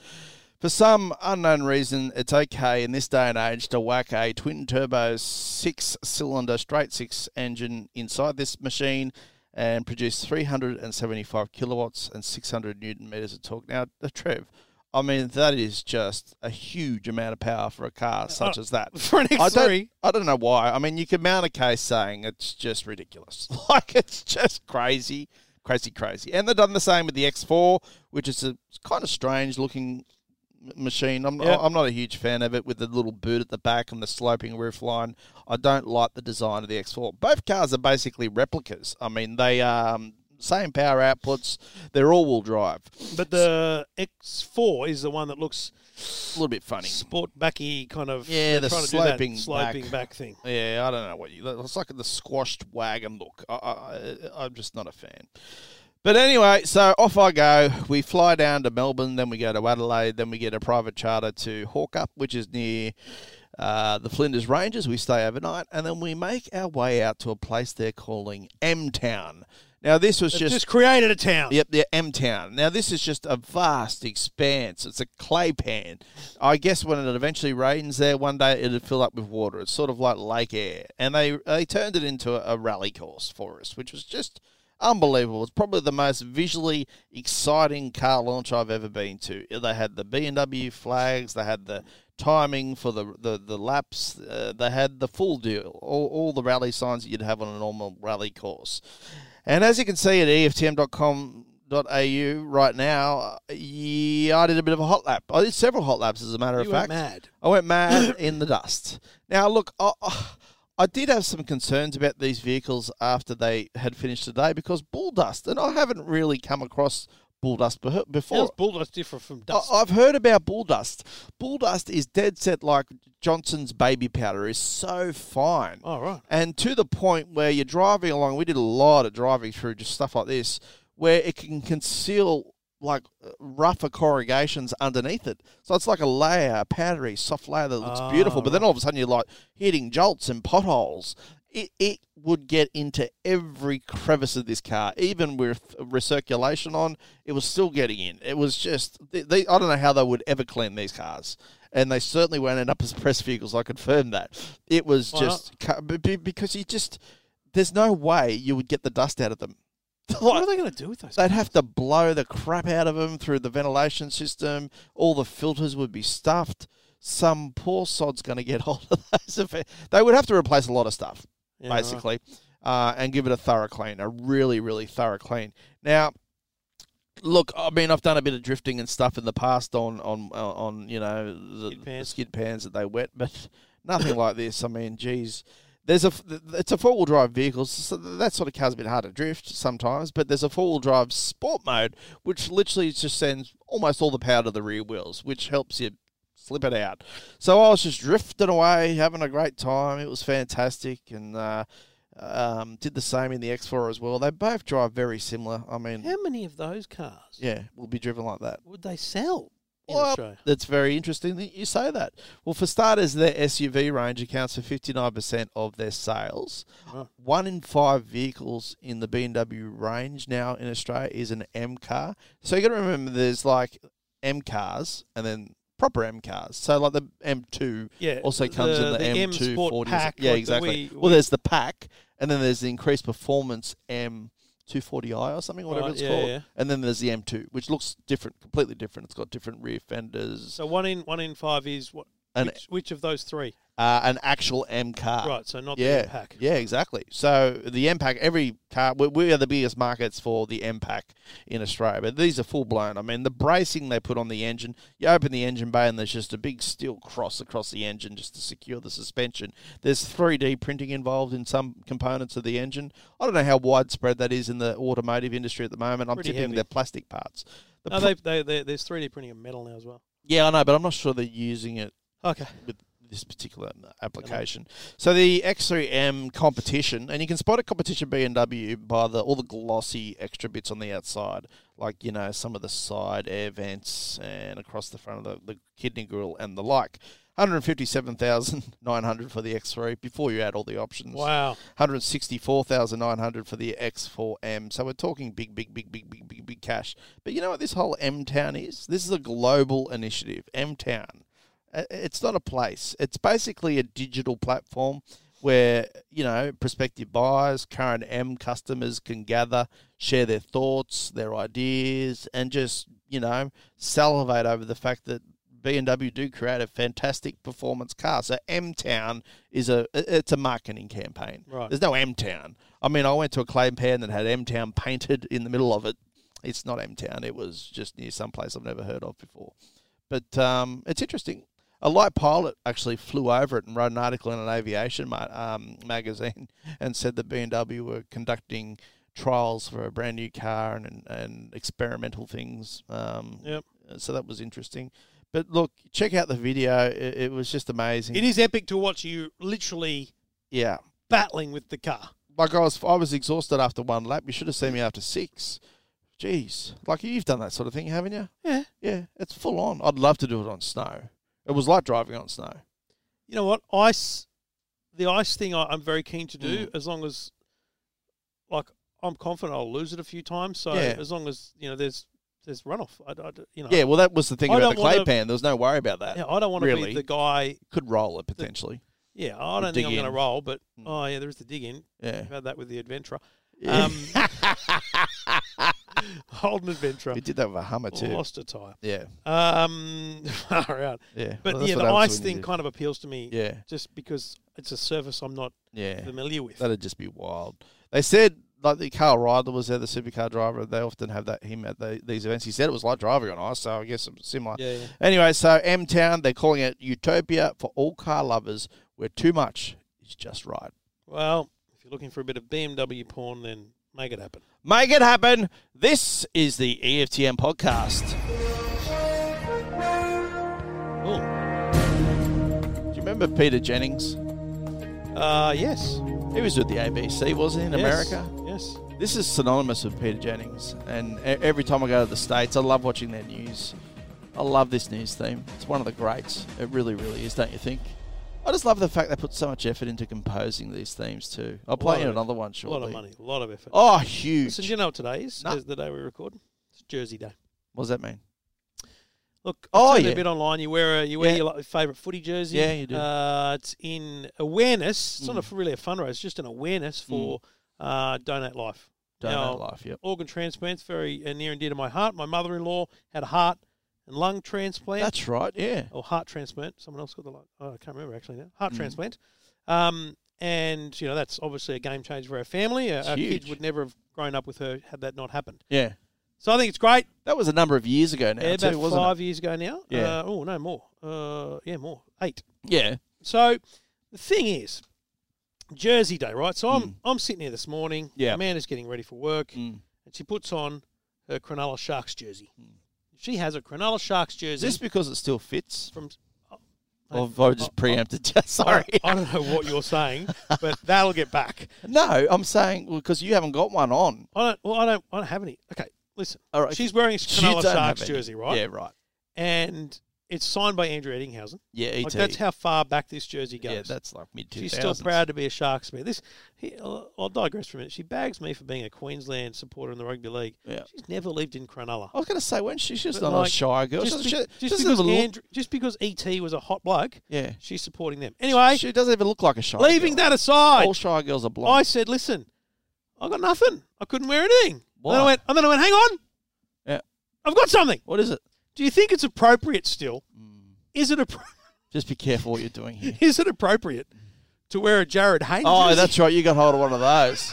Speaker 2: For some unknown reason, it's okay in this day and age to whack a twin turbo six cylinder straight six engine inside this machine and produce 375 kilowatts and 600 newton meters of torque. Now, the Trev, I mean, that is just a huge amount of power for a car such as that.
Speaker 3: Uh, for an
Speaker 2: I
Speaker 3: X3.
Speaker 2: don't, I don't know why. I mean, you can mount a case saying it's just ridiculous. Like, it's just crazy, crazy, crazy. And they've done the same with the X4, which is a kind of strange looking m- machine. I'm,
Speaker 3: Yeah.
Speaker 2: I'm not a huge fan of it with the little boot at the back and the sloping roof line. I don't like the design of the X4. Both cars are basically replicas. I mean, they are um, same power outputs. They're all wheel drive.
Speaker 3: But the X4 is the one that looks
Speaker 2: a little bit funny.
Speaker 3: sport backy kind of
Speaker 2: Yeah,
Speaker 3: they're
Speaker 2: the
Speaker 3: trying to do that
Speaker 2: sloping
Speaker 3: sloping
Speaker 2: back.
Speaker 3: back. thing.
Speaker 2: Yeah, I don't know what you. It's like the squashed wagon look. I, I, I- I'm just not a fan. But anyway, so off I go. We fly down to Melbourne, then we go to Adelaide, then we get a private charter to Hawkup, which is near uh, the Flinders Ranges. We stay overnight, and then we make our way out to a place they're calling M Town. Now, this was
Speaker 3: Just,
Speaker 2: just
Speaker 3: created a town.
Speaker 2: Yep, the M Town. Now this is just a vast expanse. It's a clay pan. I guess when it eventually rains there one day, it'll fill up with water. It's sort of like Lake Air, and they they turned it into a, a rally course for us, which was just unbelievable. It's probably the most visually exciting car launch I've ever been to. They had the B and W flags. They had the timing for the the, the laps. Uh, they had the full deal, all, all the rally signs that you'd have on a normal rally course. And as you can see at E EFTM.com.au right now, yeah, I did a bit of a hot lap. I did several hot laps, as a matter
Speaker 3: You
Speaker 2: of fact.
Speaker 3: went mad.
Speaker 2: I went mad in the dust. Now, look, I, I- I did have some concerns about these vehicles after they had finished today because bull dust, and I haven't really come across bull dust be-
Speaker 3: How
Speaker 2: before.
Speaker 3: is bulldogs different from
Speaker 2: I-
Speaker 3: dust?
Speaker 2: I've heard about bull dust. Bull dust is dead set like Johnson's baby powder. is so fine
Speaker 3: All Oh, right.
Speaker 2: and to the point where you're driving along. We did a lot of driving through just stuff like this, where it can conceal like uh, rougher corrugations underneath it. So it's like a layer, a powdery, soft layer that looks
Speaker 3: Ah,
Speaker 2: beautiful. But then all of a sudden you're like hitting jolts and potholes. It, it would get into every crevice of this car, even with recirculation on. It was still getting in. It was just they, they, I don't know how they would ever clean these cars, and they certainly won't end up as press vehicles. I confirm that. It was
Speaker 3: Why not?
Speaker 2: just ca- be- be- because you just there's no way you would get the dust out of them.
Speaker 3: What are they going to do with those?
Speaker 2: They'd have to blow the crap out of them through the ventilation system. All the filters would be stuffed. Some poor sod's going to get hold of those. if it- They would have to replace a lot of stuff,
Speaker 3: Yeah, right.
Speaker 2: basically, uh, and give it a thorough clean, a really, really thorough clean. Now, look, I mean, I've done a bit of drifting and stuff in the past on on uh, on you know the
Speaker 3: Skid
Speaker 2: skid
Speaker 3: pans.
Speaker 2: pans, skid pans that they wet, but nothing like this. I mean, geez. There's a f- it's a four wheel drive vehicle, so th- that sort of car's a bit hard to drift sometimes. But there's a four wheel drive sport mode, which literally just sends almost all the power to the rear wheels, which helps you slip it out. So I was just drifting away, having a great time. It was fantastic, and uh, um, did the same in the X4 as well. They both drive very similar. I mean,
Speaker 3: How many of those cars
Speaker 2: yeah, will be driven like that.
Speaker 3: would they sell in
Speaker 2: Well,
Speaker 3: Australia?
Speaker 2: that's very interesting that you say that. Well, for starters, their SUV range accounts for 59% of their sales.
Speaker 3: Wow.
Speaker 2: One in five vehicles in the BMW range now in Australia is an M car. So you got to remember there's like M cars and then proper M cars. So like the M2
Speaker 3: Yeah,
Speaker 2: also comes
Speaker 3: the-
Speaker 2: in the,
Speaker 3: the M
Speaker 2: M240.
Speaker 3: Sport pack,
Speaker 2: yeah,
Speaker 3: like the
Speaker 2: exactly.
Speaker 3: we-
Speaker 2: well, there's the pack and then there's the increased performance M. 240i or something, whatever
Speaker 3: Right,
Speaker 2: it's
Speaker 3: yeah,
Speaker 2: called,
Speaker 3: yeah.
Speaker 2: and then there's the M2, which looks different, completely different. It's got different rear fenders,
Speaker 3: So one in one in five is what?
Speaker 2: An-
Speaker 3: which, which of those three?
Speaker 2: uh, an actual M car.
Speaker 3: Right. So not
Speaker 2: Uh, yeah.
Speaker 3: the pack.
Speaker 2: Yeah, exactly. So the M pack, every car, we, we are the biggest markets for the M pack in Australia. But these are full blown. I mean, the bracing they put on the engine, you open the engine bay and there's just a big steel cross across the engine just to secure the suspension. There's 3D printing involved in some components of the engine. I don't know how widespread that is in the automotive industry at the moment. I'm
Speaker 3: Pretty
Speaker 2: tipping
Speaker 3: heavy.
Speaker 2: they're plastic parts. The
Speaker 3: No,
Speaker 2: pro-
Speaker 3: they, they, they, there's 3D printing of metal now as well.
Speaker 2: yeah, I know, but I'm not sure they're using it
Speaker 3: Okay.
Speaker 2: with this particular application. So the X3M competition, and you can spot a competition BMW by the all the glossy extra bits on the outside, like you know some of the side air vents and across the front of the, the kidney grill and the like. One hundred fifty-seven thousand nine hundred for the X3 before you add all the options.
Speaker 3: Wow.
Speaker 2: 164,900 for the X4M. So we're talking big, big, big, big, big, big, big cash. But you know what this whole M Town is? This is a global initiative. M Town. Uh, It's not a place. It's basically a digital platform where you know prospective buyers, current M customers can gather, share their thoughts, their ideas, and just you know salivate over the fact that BMW do create a fantastic performance car. So M Town is a it's a marketing campaign.
Speaker 3: Right.
Speaker 2: There's no M Town. I mean, I went to a clay pan that had M Town painted in the middle of it. It's not M Town. It was just near some place I've never heard of before. But um, it's interesting. A light pilot actually flew over it and wrote an article in an aviation ma- um, magazine and said that BMW were conducting trials for a brand new car and, and, and experimental things um,
Speaker 3: Yep.
Speaker 2: so that was interesting. But look, check out the video. It, it was just amazing.
Speaker 3: It is epic to watch you literally
Speaker 2: yeah.
Speaker 3: battling with the car.
Speaker 2: Like I was, I was exhausted after one lap. You should have seen me after six. Jeez, like you've done that sort of thing, haven't you?
Speaker 3: Yeah.
Speaker 2: Yeah, it's full on. I'd love to do it on snow. It was like driving on snow.
Speaker 3: You know what? Ice, the ice thing, I, I'm very keen to
Speaker 2: Mm.
Speaker 3: do as long as, like, I'm confident I'll lose it a few times. So
Speaker 2: Yeah.
Speaker 3: as long as you know there's there's runoff, I, I you know.
Speaker 2: Yeah, well, that was the thing
Speaker 3: I
Speaker 2: about the
Speaker 3: don't
Speaker 2: clay
Speaker 3: wanna-
Speaker 2: pan. There was no worry about that.
Speaker 3: Yeah, I don't want to
Speaker 2: Really?
Speaker 3: be the guy.
Speaker 2: Could roll it potentially.
Speaker 3: Yeah, I
Speaker 2: The
Speaker 3: don't think I'm
Speaker 2: dig
Speaker 3: going to
Speaker 2: in. Mm.
Speaker 3: roll, but oh yeah, there is the dig in.
Speaker 2: Yeah.
Speaker 3: I've had that with the adventurer.
Speaker 2: Yeah.
Speaker 3: Um, Holden adventurer.
Speaker 2: We did that with a hammer too.
Speaker 3: Lost a tire.
Speaker 2: Yeah,
Speaker 3: Um, far out.
Speaker 2: yeah.
Speaker 3: But
Speaker 2: Well, that's
Speaker 3: yeah,
Speaker 2: what
Speaker 3: the
Speaker 2: happens when
Speaker 3: ice
Speaker 2: you
Speaker 3: thing
Speaker 2: do-
Speaker 3: kind of appeals to me.
Speaker 2: Yeah,
Speaker 3: Just because it's a surface I'm not
Speaker 2: yeah.
Speaker 3: familiar with.
Speaker 2: That'd just be wild. They said like the Carl Ryder was there, the supercar driver. They often have that him at the, these events. He said it was like driving on ice, so I guess it's similar.
Speaker 3: Yeah, yeah.
Speaker 2: Anyway, so M Town, they're calling it Utopia for all car lovers, where too much is just right.
Speaker 3: Well, if you're looking for a bit of BMW porn, then make it happen.
Speaker 2: Make it happen. This is the E EFTM podcast.
Speaker 3: Oh,
Speaker 2: Do you remember Peter Jennings?
Speaker 3: uh, yes.
Speaker 2: He was with the ABC, wasn't he, in
Speaker 3: Yes.
Speaker 2: America?
Speaker 3: Yes.
Speaker 2: This is synonymous with Peter Jennings, and e- every time I go to the States, I love watching their news. I love this news theme. It's one of the greats. It really, really is, don't you think? I just love the fact they put so much effort into composing these themes too. I'll play
Speaker 3: lot
Speaker 2: you
Speaker 3: of
Speaker 2: another one
Speaker 3: A
Speaker 2: shortly.
Speaker 3: lot of money, a lot of effort.
Speaker 2: Oh, huge!
Speaker 3: Listen, do you know what today is?
Speaker 2: No.
Speaker 3: Is the day we record. It's Jersey Day.
Speaker 2: what does that mean?
Speaker 3: Look,
Speaker 2: Oh,
Speaker 3: oh, yeah.
Speaker 2: yeah.
Speaker 3: a bit online. You wear a, you wear
Speaker 2: Yeah.
Speaker 3: your like, favorite footy jersey.
Speaker 2: Yeah, you do. Mm.
Speaker 3: Uh, it's in awareness. It's not a, really a fundraiser. It's just an awareness for uh, Donate Life.
Speaker 2: Donate
Speaker 3: Now,
Speaker 2: life. Yep.
Speaker 3: Organ transplants very uh, near and dear to my heart. My mother-in-law had a heart and lung transplant.
Speaker 2: That's right. Yeah.
Speaker 3: or heart transplant. Someone else got the lung. Oh, I can't remember actually now. Heart
Speaker 2: Hmm.
Speaker 3: transplant. Um, and you know that's obviously a game changer for our family. Our,
Speaker 2: It's
Speaker 3: our kids
Speaker 2: huge.
Speaker 3: would never have grown up with her had that not happened.
Speaker 2: Yeah.
Speaker 3: So I think it's great.
Speaker 2: That was a number of years ago now,
Speaker 3: Yeah,
Speaker 2: too,
Speaker 3: about
Speaker 2: wasn't
Speaker 3: five years ago now.
Speaker 2: Yeah.
Speaker 3: Uh, oh no, more. Uh, yeah, more. Eight.
Speaker 2: it? Yeah.
Speaker 3: So the thing is, Jersey Day, right? So I'm I'm sitting here this morning.
Speaker 2: Hmm. Yeah.
Speaker 3: Amanda's getting ready for work,
Speaker 2: Mm.
Speaker 3: and she puts on her Cronulla Sharks jersey. She has a Cronulla Sharks
Speaker 2: Is
Speaker 3: jersey.
Speaker 2: Hmm. this because it still fits?
Speaker 3: from oh,
Speaker 2: Or have I just preempted you? Sorry.
Speaker 3: I don't know what you're saying, but that'll get back.
Speaker 2: No, I'm saying because you haven't got one on.
Speaker 3: I don't. Well, I don't. I don't have any. Okay, listen.
Speaker 2: All right.
Speaker 3: She's wearing a
Speaker 2: You
Speaker 3: Cronulla
Speaker 2: don't
Speaker 3: Sharks
Speaker 2: have any.
Speaker 3: jersey, right?
Speaker 2: Yeah, right.
Speaker 3: And it's signed by Andrew Eddinghausen.
Speaker 2: Yeah, ET.
Speaker 3: Like that's how far back this jersey goes.
Speaker 2: E yeah, that's like mid 2000s.
Speaker 3: She's still proud to be a Sharks fan. This, he, I'll I'll digress for a minute. She bags me for being a Queensland supporter in the rugby league.
Speaker 2: Yeah.
Speaker 3: She's never lived in Cronulla.
Speaker 2: I was going to say, when she, she's
Speaker 3: But
Speaker 2: not
Speaker 3: like,
Speaker 2: a shy girl.
Speaker 3: Just,
Speaker 2: Just,
Speaker 3: be-
Speaker 2: she,
Speaker 3: just
Speaker 2: she doesn't
Speaker 3: because
Speaker 2: even look,
Speaker 3: Andrew, just because ET was a hot bloke,
Speaker 2: yeah.
Speaker 3: she's supporting them. Anyway,
Speaker 2: she doesn't even look like a shy.
Speaker 3: leaving
Speaker 2: girl.
Speaker 3: that aside,
Speaker 2: all shy girls are
Speaker 3: I
Speaker 2: blonde.
Speaker 3: said, listen, I got nothing. I couldn't wear anything. And then I
Speaker 2: Why?
Speaker 3: went, and then I went, hang on.
Speaker 2: Yeah.
Speaker 3: I've got something.
Speaker 2: what is it?
Speaker 3: Do you think it's appropriate still?
Speaker 2: Mm.
Speaker 3: Is it appro-
Speaker 2: Just be careful what you're doing here.
Speaker 3: is it appropriate to wear a Jared Haynes?
Speaker 2: oh,
Speaker 3: jersey?
Speaker 2: that's right. You got hold of one of those.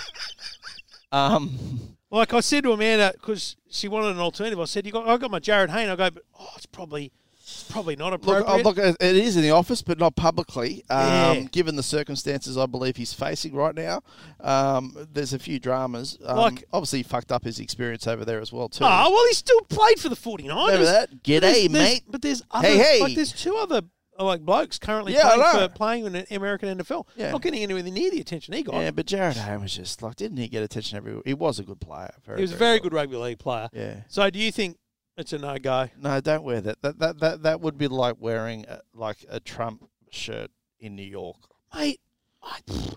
Speaker 2: Um,
Speaker 3: like I said to Amanda because she wanted an alternative. I said, you got, I got my Jared Haynes. I go, but oh, it's probably, it's probably not
Speaker 2: look,
Speaker 3: appropriate.
Speaker 2: uh, look, it it is in the office, but not publicly. Um,
Speaker 3: Yeah.
Speaker 2: Given the circumstances, I believe he's facing right now. Um, there's a few dramas. Um,
Speaker 3: Like-
Speaker 2: obviously, he fucked up his experience over there as well too.
Speaker 3: oh, well, he still played for the 49ers.
Speaker 2: Remember that?
Speaker 3: But there's-
Speaker 2: G'day,
Speaker 3: there's-
Speaker 2: mate.
Speaker 3: But there's other,
Speaker 2: Hey, hey.
Speaker 3: Like, there's two other uh, like blokes currently
Speaker 2: Yeah, I
Speaker 3: playing,
Speaker 2: know.
Speaker 3: for, playing in the American NFL.
Speaker 2: Yeah.
Speaker 3: Not getting anywhere near the attention he got.
Speaker 2: Yeah, but Jared Hayne was just like, didn't he get attention every? He was a good player. Very,
Speaker 3: He was a very
Speaker 2: good.
Speaker 3: good rugby league player.
Speaker 2: Yeah.
Speaker 3: So do you think it's a no go?
Speaker 2: No, don't wear that. That that that, that would be like wearing a, like a Trump shirt in New York.
Speaker 3: Mate, I, pfft.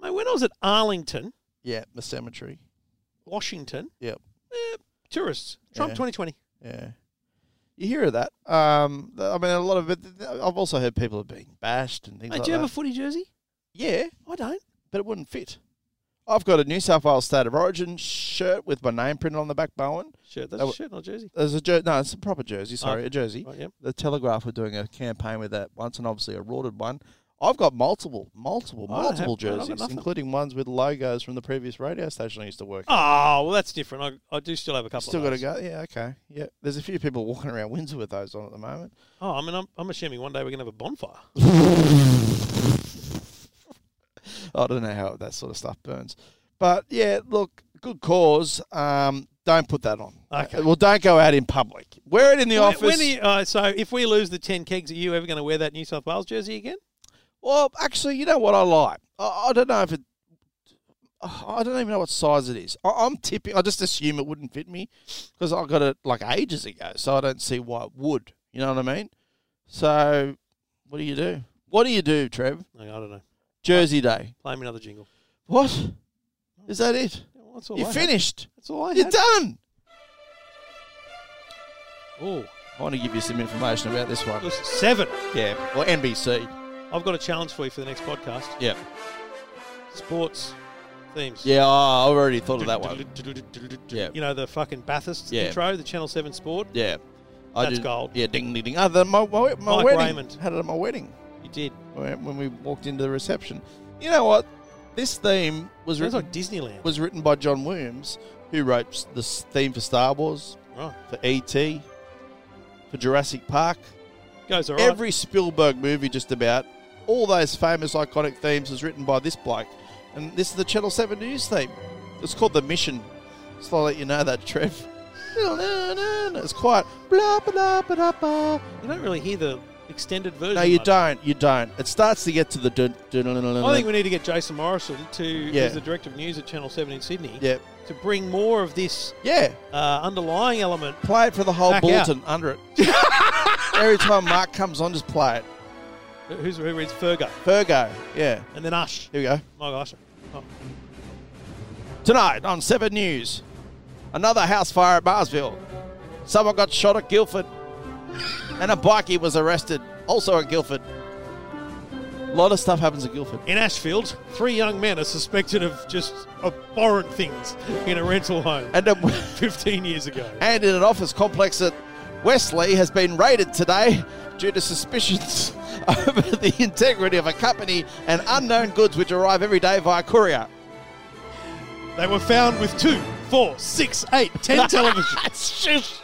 Speaker 3: mate, when I was at Arlington,
Speaker 2: Yeah, the cemetery.
Speaker 3: Washington,
Speaker 2: Yep.
Speaker 3: eh, tourists, Trump
Speaker 2: Yeah.
Speaker 3: 2020.
Speaker 2: Yeah. You hear of that? Um, th- I mean, a lot of it. th- I've also heard people are being bashed and things
Speaker 3: Mate,
Speaker 2: like
Speaker 3: do you have
Speaker 2: that.
Speaker 3: a footy jersey?
Speaker 2: yeah,
Speaker 3: I don't.
Speaker 2: but it wouldn't fit. I've got a New South Wales State of Origin shirt with my name printed on the back, Bowen.
Speaker 3: Shirt, that's
Speaker 2: That
Speaker 3: a
Speaker 2: wa-
Speaker 3: shirt, not a jersey.
Speaker 2: There's a jer- no, it's a proper jersey. Sorry,
Speaker 3: Oh,
Speaker 2: a jersey.
Speaker 3: Right, yep.
Speaker 2: the Telegraph were doing a campaign with that once, and obviously a rorted one. I've got multiple, multiple,
Speaker 3: I don't have-
Speaker 2: multiple
Speaker 3: I don't got
Speaker 2: jerseys,
Speaker 3: nothing.
Speaker 2: including ones with logos from the previous radio station I used to work. at.
Speaker 3: Oh, well, that's different. I, I do still have a couple
Speaker 2: Still got
Speaker 3: of
Speaker 2: to go.
Speaker 3: those.
Speaker 2: Yeah, okay. Yeah, there's a few people walking around Windsor with those on at the moment.
Speaker 3: Oh, I mean, I'm, I'm assuming one day we're going to have a bonfire.
Speaker 2: I don't know how that sort of stuff burns, but yeah, look, good cause. Um, Don't put that on.
Speaker 3: Okay.
Speaker 2: Well, don't go out in public. Wear it in the
Speaker 3: When-
Speaker 2: office.
Speaker 3: when are you- uh, so if we lose the ten kegs, are you ever going to wear that New South Wales jersey again?
Speaker 2: Well, actually, you know what I like. I, I don't know if it. I don't even know what size it is. I, I'm tipping. I just assume it wouldn't fit me because I got it like ages ago, so I don't see why it would. You know what I mean? So, what do you do? What do you do, Trev?
Speaker 3: I don't know.
Speaker 2: Jersey Day.
Speaker 3: Play me another jingle.
Speaker 2: What? Is that it?
Speaker 3: Well, that's all.
Speaker 2: You're
Speaker 3: I had.
Speaker 2: finished.
Speaker 3: That's all I
Speaker 2: You're
Speaker 3: had.
Speaker 2: done.
Speaker 3: Oh,
Speaker 2: I want to give you some information about this
Speaker 3: it
Speaker 2: one.
Speaker 3: was seven.
Speaker 2: Yeah. Well, NBC.
Speaker 3: I've got a challenge for you for the next podcast.
Speaker 2: Yeah.
Speaker 3: Sports themes.
Speaker 2: Yeah, I already thought of that one. Yeah.
Speaker 3: You know the fucking Bathurst
Speaker 2: Yeah.
Speaker 3: intro, the Channel Seven Sport.
Speaker 2: Yeah.
Speaker 3: That's gold.
Speaker 2: Yeah, ding, ding, ding. Other than my, my, my
Speaker 3: Mike
Speaker 2: wedding.
Speaker 3: Raymond.
Speaker 2: Had it at my wedding
Speaker 3: You did.
Speaker 2: when when we walked into the reception. You know what? This theme was
Speaker 3: Sounds
Speaker 2: written,
Speaker 3: like Disneyland.
Speaker 2: was written by John Williams, who wrote s- the s- theme for Star Wars,
Speaker 3: right.
Speaker 2: for E.T., for Jurassic Park.
Speaker 3: Goes all right.
Speaker 2: Every Spielberg movie, just about. All those famous iconic themes was written by this bloke. And this is the Channel 7 News theme. It's called The Mission. Just to let you know that, Trev. It's quite blah, blah, blah, blah.
Speaker 3: you don't really hear the extended version.
Speaker 2: No, you
Speaker 3: much.
Speaker 2: don't. You don't. It starts to get to the. dun- dun- dun- dun- dun-
Speaker 3: I think we need to get Jason Morrison to,
Speaker 2: Yeah.
Speaker 3: who's the director of news at Channel Seven in Sydney,
Speaker 2: yeah,
Speaker 3: to bring more of this
Speaker 2: yeah.
Speaker 3: uh, underlying element.
Speaker 2: Play it for the whole
Speaker 3: Back out.
Speaker 2: bulletin under it. Every time Mark comes on, just play it.
Speaker 3: Who- Who's who reads Fergo
Speaker 2: Fergo. Yeah.
Speaker 3: and then Ush.
Speaker 2: Here we go.
Speaker 3: My gosh. Oh.
Speaker 2: Tonight on Seven News, another house fire at Marsville. Someone got shot at Guildford, and a bikie was arrested, also at Guildford. A lot of stuff happens at Guildford.
Speaker 3: In Ashfield, three young men are suspected of just abhorrent things in a rental home
Speaker 2: And a,
Speaker 3: 15 years ago.
Speaker 2: and in an office complex at Wesley has been raided today due to suspicions over the integrity of a company and unknown goods which arrive every day via courier.
Speaker 3: They were found with two, four, six, eight, ten televisions.
Speaker 2: Shush!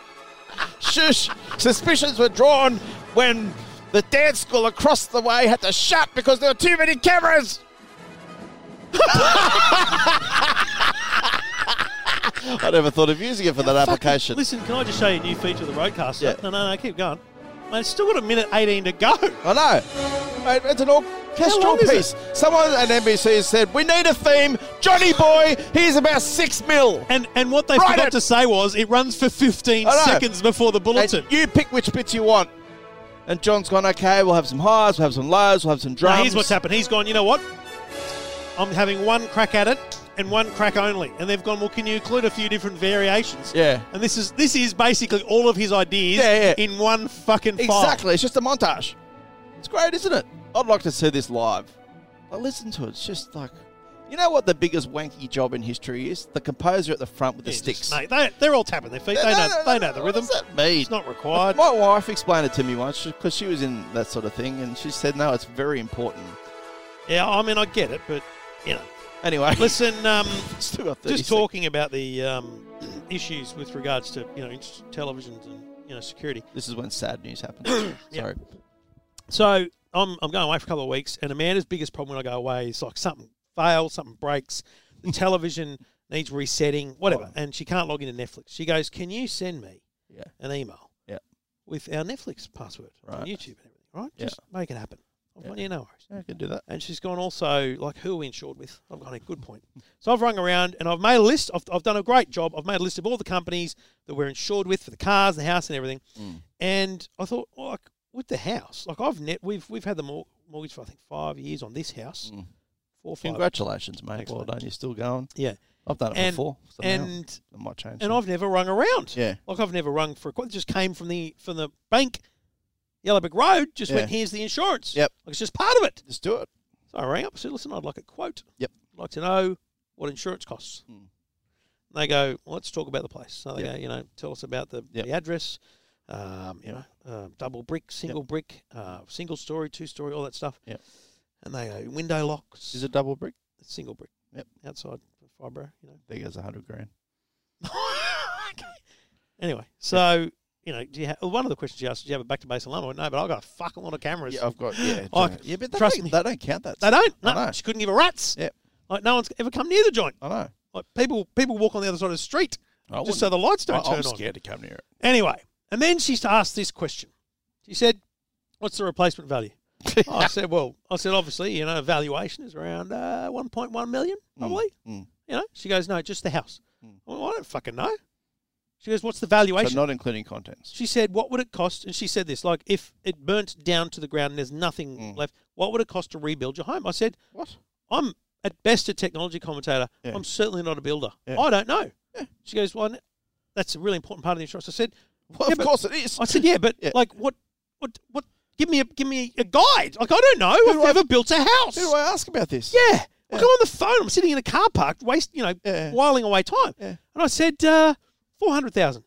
Speaker 2: Shush! Suspicions were drawn when the dance school across the way had to shut because there were too many cameras! I never thought of using it for that application.
Speaker 3: Listen, can I just show you a new feature of the Roadcaster?
Speaker 2: Yeah.
Speaker 3: No, no, no, keep going. Mate, it's still got a minute 18 to go.
Speaker 2: I know. Mate, It's an orchestral
Speaker 3: long is
Speaker 2: piece. Someone at NBC said, We need a theme. Johnny Boy, he's about six mil.
Speaker 3: And and what they
Speaker 2: Right
Speaker 3: forgot
Speaker 2: it.
Speaker 3: to say was it runs for 15
Speaker 2: I know.
Speaker 3: seconds before the bulletin.
Speaker 2: And you pick which bits you want. And John's gone, Okay, we'll have some highs, we'll have some lows, we'll have some drums.
Speaker 3: Now, here's what's happened. He's gone, you know what? I'm having one crack at it and one crack only. And they've gone, well, can you include a few different variations?
Speaker 2: Yeah.
Speaker 3: And this is this is basically all of his ideas
Speaker 2: Yeah, yeah.
Speaker 3: in one fucking file.
Speaker 2: Exactly. It's just a montage. It's great, isn't it? I'd like to see this live. I listen to it. It's just like, you know what the biggest wanky job in history is? The composer at the front with the
Speaker 3: Yeah, just-
Speaker 2: sticks.
Speaker 3: Mate, they, they're all tapping their feet. They know, they know the
Speaker 2: What
Speaker 3: rhythm.
Speaker 2: does that mean?
Speaker 3: It's not required.
Speaker 2: My wife explained it to me once because she was in that sort of thing, and she said, "No, it's very important."
Speaker 3: Yeah, I mean, I get it, but, you know.
Speaker 2: Anyway,
Speaker 3: Listen, um,
Speaker 2: let's do our 30
Speaker 3: just talking about the um, issues with regards to, you know, int- televisions and, you know, security.
Speaker 2: sec- This is when sad news happens.
Speaker 3: Yeah.
Speaker 2: Sorry.
Speaker 3: So I'm, I'm going away for a couple of weeks, and Amanda's biggest problem when I go away is like something fails, something breaks, the television needs resetting, whatever, and she can't log into Netflix. She goes, "Can you send me
Speaker 2: Yeah.
Speaker 3: an email
Speaker 2: Yeah.
Speaker 3: with our Netflix password on
Speaker 2: Right.
Speaker 3: YouTube and everything? Right,
Speaker 2: Yeah.
Speaker 3: just make it happen." I've gone, "Yeah, no worries."
Speaker 2: Yeah, I can do that.
Speaker 3: And she's gone also like, "Who are we insured with?" I've gone, "A good point." So I've rung around and I've made a list. I've, I've done a great job. I've made a list of all the companies that we're insured with for the cars, the house, and everything.
Speaker 2: Mm.
Speaker 3: And I thought, well, like with the house, like I've net we've we've had the mor- mortgage for I think five years on this house,
Speaker 2: Mm.
Speaker 3: four or five.
Speaker 2: Congratulations, mate. Well
Speaker 3: Excellent.
Speaker 2: done. You're still going.
Speaker 3: Yeah,
Speaker 2: I've done it
Speaker 3: and
Speaker 2: before. so now
Speaker 3: and
Speaker 2: it might change.
Speaker 3: and I've never rung around.
Speaker 2: yeah,
Speaker 3: Like I've never rung for a quote. It just came from the from the bank, Yellow Brick Road. Just went
Speaker 2: Yeah.
Speaker 3: here's the insurance.
Speaker 2: Yep.
Speaker 3: like it's just part of it.
Speaker 2: just do it.
Speaker 3: So I rang up and said, listen, I'd like a quote.
Speaker 2: Yep.
Speaker 3: I'd like to know what insurance costs.
Speaker 2: Mm.
Speaker 3: And they go, well, let's talk about the place. So they
Speaker 2: Yep.
Speaker 3: go, you know, tell us about the,
Speaker 2: Yep.
Speaker 3: the address, um, you know, uh, double brick, single brick, uh, single story, two story, all that stuff.
Speaker 2: Yep.
Speaker 3: And they go, window locks,
Speaker 2: Is it double brick?
Speaker 3: single brick.
Speaker 2: Yep.
Speaker 3: Outside the fibro, you know.
Speaker 2: There goes a hundred grand.
Speaker 3: okay. Anyway, so, you know, do you ha- one of the questions you asked, do you have a back to base alarm? I went, no, but I've got a fucking lot of cameras.
Speaker 2: Yeah, I've got. Yeah,
Speaker 3: Oh,
Speaker 2: don't- yeah, but they
Speaker 3: trust
Speaker 2: don't,
Speaker 3: me.
Speaker 2: they don't count that.
Speaker 3: They don't.
Speaker 2: I
Speaker 3: No,
Speaker 2: know.
Speaker 3: she couldn't give a rat's.
Speaker 2: Yep.
Speaker 3: Like, no one's ever come near the joint.
Speaker 2: I know.
Speaker 3: Like people, people walk on the other side of the street. just so the lights don't turn
Speaker 2: I'm
Speaker 3: on.
Speaker 2: scared to come near it.
Speaker 3: Anyway, and then she asked this question. She said, "What's the replacement value?" I said, "Well, I said obviously, you know, valuation is around uh, 1.1 million, probably."
Speaker 2: mm.
Speaker 3: You know, she goes, "No, just the house." Well, I don't fucking know. She goes, "What's the valuation?"
Speaker 2: So not including contents.
Speaker 3: She said, "What would it cost?" And she said this, like, if it burnt down to the ground and there's nothing left, what would it cost to rebuild your home? I said,
Speaker 2: What?
Speaker 3: "I'm at best a technology commentator.
Speaker 2: Yeah.
Speaker 3: I'm certainly not a builder.
Speaker 2: Yeah.
Speaker 3: I don't know." She goes, "Well, that's a really important part of the insurance." I said,
Speaker 2: Well,
Speaker 3: "Yeah,
Speaker 2: of
Speaker 3: but-
Speaker 2: course it is.
Speaker 3: I said, "Yeah, but
Speaker 2: Yeah.
Speaker 3: like, what, what, what? Give me a, give me a guide. Like, I don't know. I've
Speaker 2: do I-
Speaker 3: never built a house.
Speaker 2: Who do I ask about this?
Speaker 3: Yeah. Like, I'm on the phone. I'm sitting in a car park, waste, you know,
Speaker 2: Yeah.
Speaker 3: whiling away time.
Speaker 2: Yeah.
Speaker 3: And I said, uh, 400,000.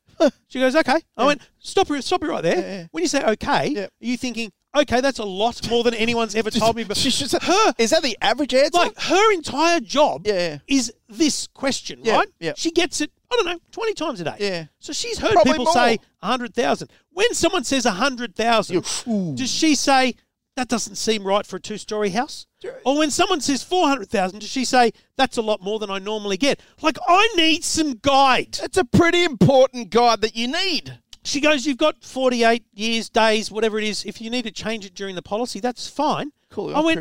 Speaker 3: she goes, okay. I went, stop you, stop you right there.
Speaker 2: Yeah, yeah.
Speaker 3: When you say okay,
Speaker 2: Yeah.
Speaker 3: are you thinking, okay, that's a lot more than anyone's ever told me. But
Speaker 2: She should say, her. Is that the average answer?
Speaker 3: like, her entire job
Speaker 2: Yeah, yeah.
Speaker 3: is this question,
Speaker 2: Yeah,
Speaker 3: right?
Speaker 2: yeah.
Speaker 3: She gets it, I don't know, 20 times a day.
Speaker 2: Yeah.
Speaker 3: So she's heard
Speaker 2: Probably
Speaker 3: people
Speaker 2: more.
Speaker 3: say 100,000. When someone says 100,000, does she say, that doesn't seem right for a two story house? Or when someone says 400,000, does she say, that's a lot more than I normally get? Like, I need some guide.
Speaker 2: That's a pretty important guide that you need.
Speaker 3: She goes, you've got 48 years, days, whatever it is. If you need to change it during the policy, that's fine.
Speaker 2: Cool.
Speaker 3: I went,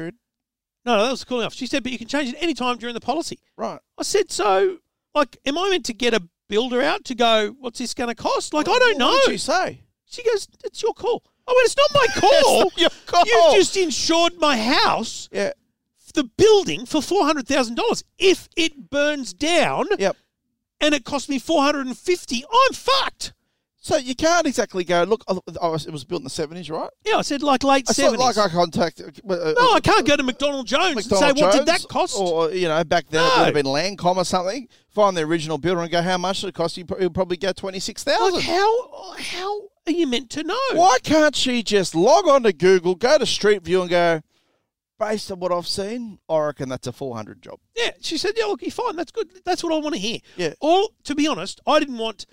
Speaker 3: no, no, that was cool enough. She said, but you can change it any time during the policy.
Speaker 2: Right.
Speaker 3: I said, so, like, am I meant to get a builder out to go, what's this going to cost? Like, I don't know.
Speaker 2: What did you say?
Speaker 3: She goes, it's your call. I went, it's not my call.
Speaker 2: It's not your call.
Speaker 3: You've just insured my house,
Speaker 2: Yeah.
Speaker 3: the building, for $400,000. If it burns down
Speaker 2: Yep.
Speaker 3: and it cost me 450 I'm fucked.
Speaker 2: So you can't exactly go, look, I, I was, it was built in the 70s, right?
Speaker 3: Yeah, I said, like, late
Speaker 2: It's
Speaker 3: 70s.
Speaker 2: not like I contacted. Uh,
Speaker 3: no, I can't go to McDonald Jones and
Speaker 2: McDonald
Speaker 3: say, what did
Speaker 2: Jones Oh,
Speaker 3: that cost?
Speaker 2: Or, you know, back then it
Speaker 3: No.
Speaker 2: would have been Landcom or something. Find the original builder and go, how much did it cost? You will probably go
Speaker 3: like,
Speaker 2: 26000
Speaker 3: how, how are you meant to know?
Speaker 2: Why can't she just log on to Google, go to Street View and go, based on what I've seen, I reckon that's a 400 job.
Speaker 3: Yeah, she said, "Yeah, look, you're fine. That's good. That's what I want to hear."
Speaker 2: Yeah.
Speaker 3: All to be honest, I didn't want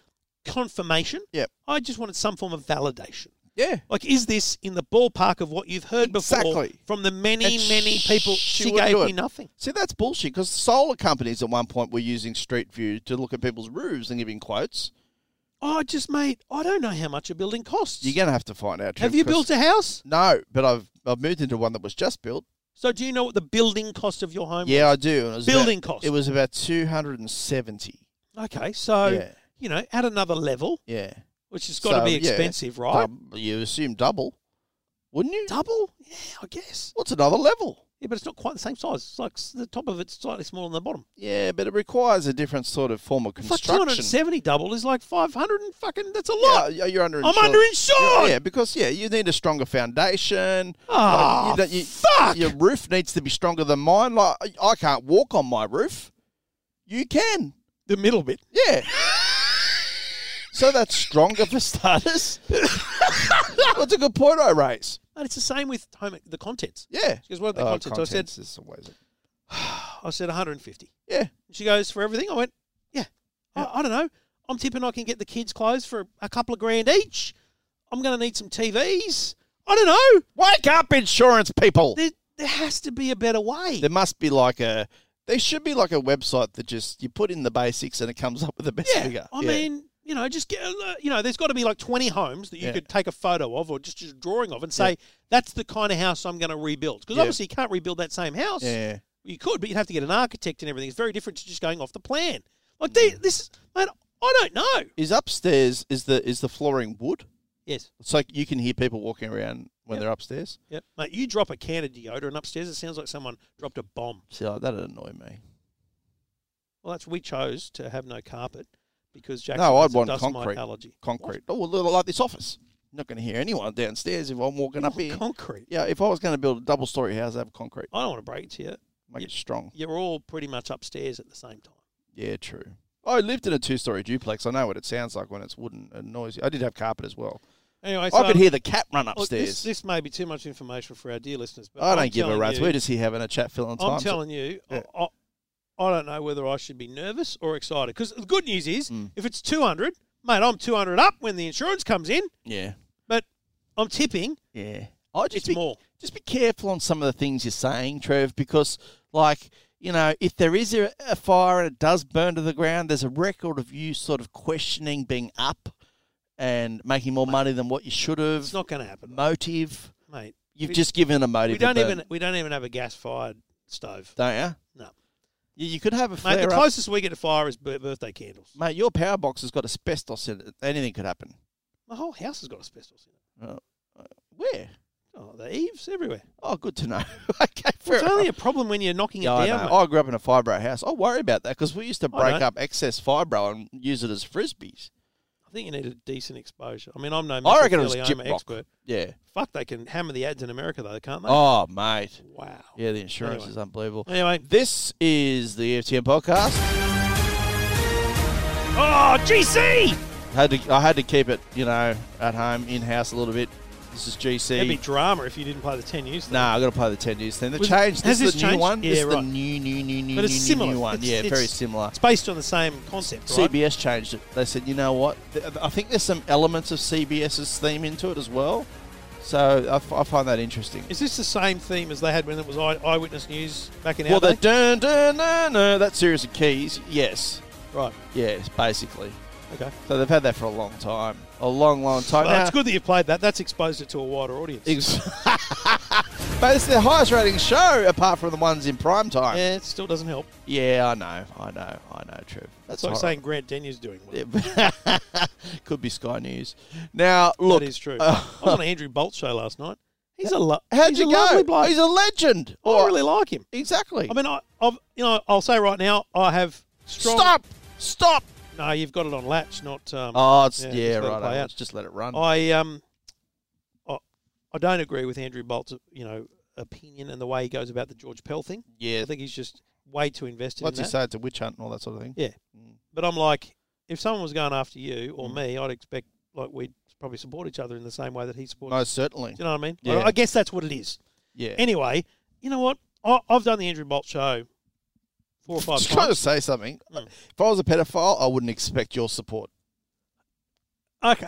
Speaker 3: confirmation.
Speaker 2: Yep.
Speaker 3: I just wanted some form of validation.
Speaker 2: Yeah.
Speaker 3: Like, is this in the ballpark of what you've heard before
Speaker 2: Exactly.
Speaker 3: from the many,
Speaker 2: And
Speaker 3: many
Speaker 2: sh-
Speaker 3: people?
Speaker 2: she
Speaker 3: She,
Speaker 2: wouldn't
Speaker 3: gave
Speaker 2: do
Speaker 3: me
Speaker 2: it.
Speaker 3: nothing.
Speaker 2: See, that's bullshit because solar companies at one point were using Street View to look at people's roofs and giving quotes.
Speaker 3: Oh, just mate, I don't know how much a building costs.
Speaker 2: You're going to have to find out.
Speaker 3: Have you built a house?
Speaker 2: No, but I've I've moved into one that was just built.
Speaker 3: So do you know what the building cost of your home?
Speaker 2: Yeah, I do. and it was about-
Speaker 3: Building cost.
Speaker 2: It was about 270.
Speaker 3: Okay, so
Speaker 2: Yeah.
Speaker 3: you know, at another level,
Speaker 2: Yeah.
Speaker 3: which has got to
Speaker 2: So,
Speaker 3: be
Speaker 2: yeah,
Speaker 3: expensive, right?
Speaker 2: dub- you assume double, wouldn't you?
Speaker 3: Double? Yeah, I guess.
Speaker 2: What's another level?
Speaker 3: Yeah, but it's not quite the same size. It's like s- the top of it's slightly smaller than the bottom.
Speaker 2: Yeah, but it requires a different sort of form of
Speaker 3: Fuck,
Speaker 2: construction.
Speaker 3: 270 double is like 500 and fucking, that's a
Speaker 2: Yeah,
Speaker 3: lot.
Speaker 2: yeah, you're underinsured.
Speaker 3: I'm underinsured.
Speaker 2: Yeah, yeah, because yeah, you need a stronger foundation.
Speaker 3: Ah,
Speaker 2: Like, you-
Speaker 3: fuck.
Speaker 2: Your roof needs to be stronger than mine. Like I- I can't walk on my roof. You can.
Speaker 3: The middle bit.
Speaker 2: Yeah. so that's stronger for starters. that's a good point I raise.
Speaker 3: And it's the same with home, the contents.
Speaker 2: Yeah.
Speaker 3: She goes, what are the
Speaker 2: Oh,
Speaker 3: contents? I said,
Speaker 2: contents is always a-
Speaker 3: I said 150.
Speaker 2: yeah.
Speaker 3: And she goes, for everything? I went, yeah. I, I don't know. I'm tipping I can get the kids' clothes for a couple of grand each. I'm going to need some TVs. I don't know.
Speaker 2: Wake up, insurance people.
Speaker 3: There, there has to be a better way.
Speaker 2: There must be like a. There should be like a website that just you put in the basics and it comes up with the best
Speaker 3: yeah.
Speaker 2: figure.
Speaker 3: I
Speaker 2: Yeah.
Speaker 3: mean, you know, just get, a- you know, there's got to be like 20 homes that you
Speaker 2: Yeah.
Speaker 3: could take a photo of or just, just a drawing of and say, that's the kind of house I'm going to rebuild. Because
Speaker 2: Yeah.
Speaker 3: obviously you can't rebuild that same house.
Speaker 2: Yeah.
Speaker 3: You could, but you'd have to get an architect and everything. It's very different to just going off the plan. Like they,
Speaker 2: Mm.
Speaker 3: this, man, I don't know.
Speaker 2: Is upstairs is the is the flooring wood?
Speaker 3: Yes,
Speaker 2: It's like you can hear people walking around when
Speaker 3: Yep.
Speaker 2: they're upstairs.
Speaker 3: yep. mate. You drop a can of deodorant upstairs, it sounds like someone dropped a bomb.
Speaker 2: See, like, that'd annoy me.
Speaker 3: Well, that's we chose to have no carpet because Jack.
Speaker 2: No, I'd
Speaker 3: has a
Speaker 2: want
Speaker 3: dust mite
Speaker 2: concrete.
Speaker 3: allergy.
Speaker 2: Concrete. Oh, well, like this office. not going to hear anyone downstairs if I'm walking up here.
Speaker 3: Concrete.
Speaker 2: yeah, if I was going to build a double story house, I'd have concrete.
Speaker 3: I don't want to break it to you.
Speaker 2: Make it strong.
Speaker 3: You're all pretty much upstairs at the same time.
Speaker 2: Yeah, true. I lived in a two story duplex. I know what it sounds like when it's wooden and noisy. I did have carpet as well.
Speaker 3: Anyway,
Speaker 2: I
Speaker 3: so
Speaker 2: could hear the cat run
Speaker 3: look,
Speaker 2: upstairs.
Speaker 3: this, this may be too much information for our dear listeners, but
Speaker 2: I
Speaker 3: I'm
Speaker 2: don't give a
Speaker 3: telling
Speaker 2: rat's.
Speaker 3: you-
Speaker 2: We're just here having a chat, filling time.
Speaker 3: I'm telling you,
Speaker 2: Yeah.
Speaker 3: I, I, I don't know whether I should be nervous or excited. Because the good news is,
Speaker 2: Hmm.
Speaker 3: if it's 200, mate, I'm 200 up when the insurance comes in.
Speaker 2: yeah,
Speaker 3: But I'm tipping.
Speaker 2: yeah. I just
Speaker 3: It's
Speaker 2: be,
Speaker 3: more.
Speaker 2: Just be careful on some of the things you're saying, Trev, because like you know, if there is a, a fire and it does burn to the ground, there's a record of you sort of questioning being up and making more money than what you should have.
Speaker 3: It's not going to happen,
Speaker 2: motive.
Speaker 3: mate.
Speaker 2: You've
Speaker 3: We-
Speaker 2: just given a motive.
Speaker 3: We don't
Speaker 2: to burn,
Speaker 3: even we don't even have a gas fired stove.
Speaker 2: don't you?
Speaker 3: No,
Speaker 2: You, you could have a
Speaker 3: mate.
Speaker 2: flare
Speaker 3: The
Speaker 2: up.
Speaker 3: closest we get to fire is bir- birthday candles.
Speaker 2: Mate, your power box has got asbestos in it. Anything could happen.
Speaker 3: My whole house has got asbestos in it.
Speaker 2: Where?
Speaker 3: Oh, the eaves everywhere.
Speaker 2: Oh, good to know. okay, fair
Speaker 3: It's only
Speaker 2: enough.
Speaker 3: a problem when you're knocking
Speaker 2: Yeah,
Speaker 3: it
Speaker 2: I,
Speaker 3: down.
Speaker 2: know.
Speaker 3: mate.
Speaker 2: I grew up in a fibro house. I worry about that because we used to
Speaker 3: I
Speaker 2: break
Speaker 3: know.
Speaker 2: up excess fibro and use it as frisbees.
Speaker 3: I think you need a decent exposure. I mean, I'm no
Speaker 2: I reckon it was
Speaker 3: mesothelioma
Speaker 2: gyprock.
Speaker 3: expert.
Speaker 2: Yeah.
Speaker 3: Fuck, they can hammer the ads in America though, can't they?
Speaker 2: Oh, mate.
Speaker 3: Wow.
Speaker 2: Yeah, the insurance
Speaker 3: Anyway.
Speaker 2: is unbelievable.
Speaker 3: Anyway,
Speaker 2: This is the E EFTM podcast.
Speaker 3: oh GC,
Speaker 2: Had to, I had to keep it, you know, at home, in house a little bit. This is
Speaker 3: it'd be
Speaker 2: GC.
Speaker 3: drama if you didn't play the ten news. thing.
Speaker 2: Nah, I got to play the ten news thing. They
Speaker 3: Was-
Speaker 2: changed.
Speaker 3: has
Speaker 2: This is
Speaker 3: this
Speaker 2: the new
Speaker 3: changed?
Speaker 2: one. this
Speaker 3: Yeah,
Speaker 2: is the
Speaker 3: right.
Speaker 2: new, new, new, new,
Speaker 3: But it's
Speaker 2: new,
Speaker 3: similar.
Speaker 2: new one.
Speaker 3: It's-
Speaker 2: yeah, very
Speaker 3: it's-
Speaker 2: similar.
Speaker 3: It's based on the same concept, right?
Speaker 2: CBS changed it. They said, you know what? Th- I think there's some elements of CBS's theme into it as well. So I, f- I find that interesting.
Speaker 3: Is this the same theme as they had when it was Eye- Eyewitness News back in
Speaker 2: well,
Speaker 3: our
Speaker 2: the
Speaker 3: day?
Speaker 2: dun dun dun dun, that series of keys, yes,
Speaker 3: Right.
Speaker 2: yes, basically.
Speaker 3: Okay.
Speaker 2: So they've had that for a long time, a long, long time.
Speaker 3: Well,
Speaker 2: now,
Speaker 3: it's good that you played that. That's exposed it to a wider audience.
Speaker 2: Ex- but it's their highest rating show apart from the ones in prime time. Yeah,
Speaker 3: yeah, it still doesn't help.
Speaker 2: I know, I know, I know, true.
Speaker 3: That's like
Speaker 2: horrible.
Speaker 3: saying Grant Denyeau's doing well.
Speaker 2: Could be Sky News. Now, look,
Speaker 3: that is true.
Speaker 2: uh,
Speaker 3: I was on Andrew Bolt's show last night. He's a lo-
Speaker 2: how'd
Speaker 3: he's
Speaker 2: you
Speaker 3: a
Speaker 2: go?
Speaker 3: lovely bloke.
Speaker 2: He's a legend.
Speaker 3: I
Speaker 2: Or-
Speaker 3: really like him.
Speaker 2: Exactly.
Speaker 3: I mean, I, I've you know I'll say right now I have strong.
Speaker 2: stop, stop.
Speaker 3: No, you've got it on latch, not. Um,
Speaker 2: Oh, it's, yeah,
Speaker 3: Yeah, just let it
Speaker 2: right.
Speaker 3: play
Speaker 2: oh,
Speaker 3: out.
Speaker 2: let's just let it run.
Speaker 3: I um, I, I don't agree with Andrew Bolt's you know opinion and the way he goes about the George Pell thing.
Speaker 2: yeah.
Speaker 3: I think he's just way too invested.
Speaker 2: What's
Speaker 3: in
Speaker 2: he Hmm.
Speaker 3: that.
Speaker 2: say? It's a witch hunt and all that sort of thing.
Speaker 3: Yeah. But I'm like, if someone was going after you
Speaker 2: Hmm.
Speaker 3: or me, I'd expect like we'd probably support each other in the same way that he supports. us.
Speaker 2: Most certainly.
Speaker 3: Do you know what I mean?
Speaker 2: Yeah.
Speaker 3: I, I guess that's what it is.
Speaker 2: Yeah.
Speaker 3: Anyway, you know what? I, I've done the Andrew Bolt show four or five
Speaker 2: Just trying to
Speaker 3: times.
Speaker 2: say something.
Speaker 3: Mm.
Speaker 2: If I was a pedophile, I wouldn't expect your support.
Speaker 3: Okay,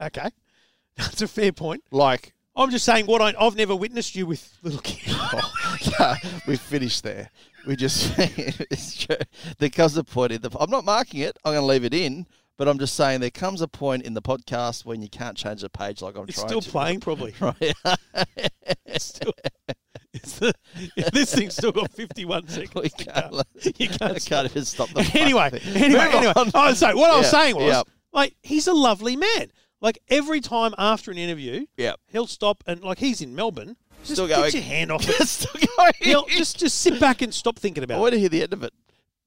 Speaker 3: okay, that's a fair point.
Speaker 2: Like,
Speaker 3: I'm just saying what I, I've never witnessed you with little kids.
Speaker 2: oh, yeah, we finished there. We just it's true. there comes a point in the. I'm not marking it. I'm going to leave it in. But I'm just saying there comes a point in the podcast when you can't change the page like I'm
Speaker 3: It's
Speaker 2: trying
Speaker 3: still
Speaker 2: to.
Speaker 3: playing, probably.
Speaker 2: Right.
Speaker 3: It's still, it's the, this thing's still got 51 seconds.
Speaker 2: we
Speaker 3: to
Speaker 2: can't.
Speaker 3: go.
Speaker 2: let-
Speaker 3: You can't
Speaker 2: I
Speaker 3: stop.
Speaker 2: can't even stop the. fucking
Speaker 3: anyway,
Speaker 2: thing.
Speaker 3: anyway,
Speaker 2: Move
Speaker 3: anyway.
Speaker 2: on.
Speaker 3: Oh, so what I was
Speaker 2: Yeah,
Speaker 3: saying was,
Speaker 2: yeah.
Speaker 3: like, he's a lovely man. Like every time after an interview,
Speaker 2: Yep.
Speaker 3: he'll stop and like he's in Melbourne. Just
Speaker 2: Still
Speaker 3: Get
Speaker 2: going.
Speaker 3: your hand off it.
Speaker 2: Still going.
Speaker 3: he'll just just sit back and stop thinking
Speaker 2: I
Speaker 3: about
Speaker 2: want
Speaker 3: it.
Speaker 2: to hear the end of it.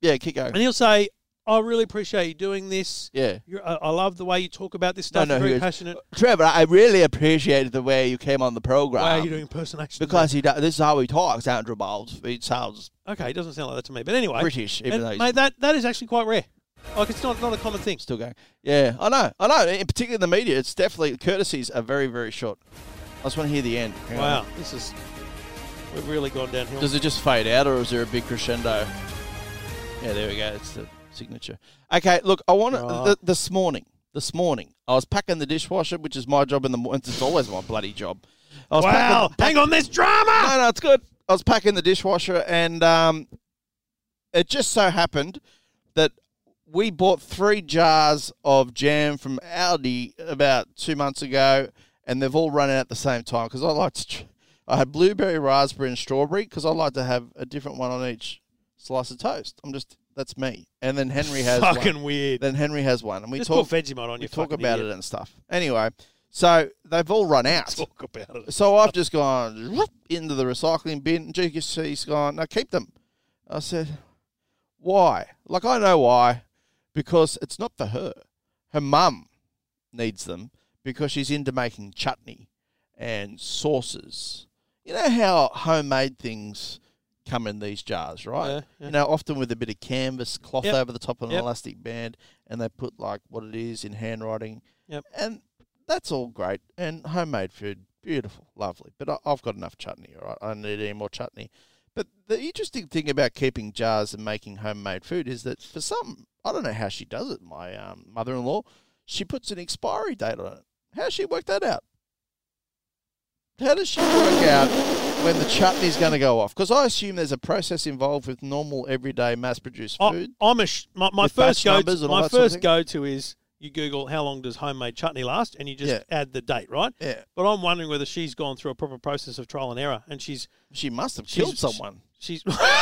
Speaker 2: Yeah, keep going.
Speaker 3: And he'll say, "I really appreciate you doing this.
Speaker 2: Yeah.
Speaker 3: You're, I, I love the way you talk about this
Speaker 2: No,
Speaker 3: stuff.
Speaker 2: no,
Speaker 3: You're
Speaker 2: he
Speaker 3: very
Speaker 2: goes,
Speaker 3: passionate.
Speaker 2: Trevor, I really appreciated the way you came on the program.
Speaker 3: Why are you doing impersonations?
Speaker 2: Because he do- this is how he talks, Andrew Bowles. He sounds
Speaker 3: okay, it doesn't sound like that to me. But anyway,
Speaker 2: British, even
Speaker 3: and,
Speaker 2: though he's
Speaker 3: mate, that that is actually quite rare. Like it's not not a common thing.
Speaker 2: still going. Yeah, I know, I know. In particular, in the media, it's definitely courtesies are very, very short. I just want to hear the end. Hang on.
Speaker 3: Wow, this is we've really gone downhill.
Speaker 2: Does it just fade out, or is there a big crescendo? Yeah, there we go. It's the signature. Okay, look, I want
Speaker 3: Right.
Speaker 2: to. This morning, this morning, I was packing the dishwasher, which is my job in the morning. It's always my bloody job. I was
Speaker 3: wow,
Speaker 2: packing-
Speaker 3: hang on, there's drama.
Speaker 2: no, no, it's good. I was packing the dishwasher, and um, it just so happened that we bought three jars of jam from Aldi about two months ago, and they've all run out at the same time because I like to. Tr- I had blueberry, raspberry, and strawberry because I like to have a different one on each slice of toast. I'm just that's me. And then Henry has
Speaker 3: Fucking
Speaker 2: one.
Speaker 3: weird.
Speaker 2: Then Henry has one, and we
Speaker 3: Just
Speaker 2: talk.
Speaker 3: put Vegemite on
Speaker 2: We
Speaker 3: you.
Speaker 2: talk about it and stuff. Anyway, so they've all run out.
Speaker 3: Talk about it.
Speaker 2: So I've just gone whoop, into the recycling bin. And GQC's gone, no, keep them. I said, why? Like, I know why. Because it's not for her. Her mum needs them because she's into making chutney and sauces. You know how homemade things come in these jars, right?
Speaker 3: Yeah, yeah.
Speaker 2: You know, often with a bit of canvas cloth
Speaker 3: Yep.
Speaker 2: over the top of an
Speaker 3: Yep.
Speaker 2: elastic band, and they put like what it is in handwriting.
Speaker 3: Yep.
Speaker 2: And that's all great. And homemade food, beautiful, lovely. But I, I've got enough chutney, all right? I don't need any more chutney. But the interesting thing about keeping jars and making homemade food is that for some, I don't know how she does it, my um, mother in law, she puts an expiry date on it. How's she worked that out? How does she work out when the chutney's going to go off? Because I assume there's a process involved with normal, everyday, mass-produced
Speaker 3: I,
Speaker 2: food.
Speaker 3: I'm a sh- my, my
Speaker 2: With
Speaker 3: first
Speaker 2: batch
Speaker 3: go
Speaker 2: numbers
Speaker 3: to,
Speaker 2: and all
Speaker 3: my
Speaker 2: that sort of
Speaker 3: first
Speaker 2: thing?
Speaker 3: go to is you Google how long does homemade chutney last, and you just
Speaker 2: Yeah.
Speaker 3: add the date, right?
Speaker 2: Yeah.
Speaker 3: But I'm wondering whether she's gone through a proper process of trial and error, and she's
Speaker 2: She must have
Speaker 3: She's-
Speaker 2: killed someone.
Speaker 3: she's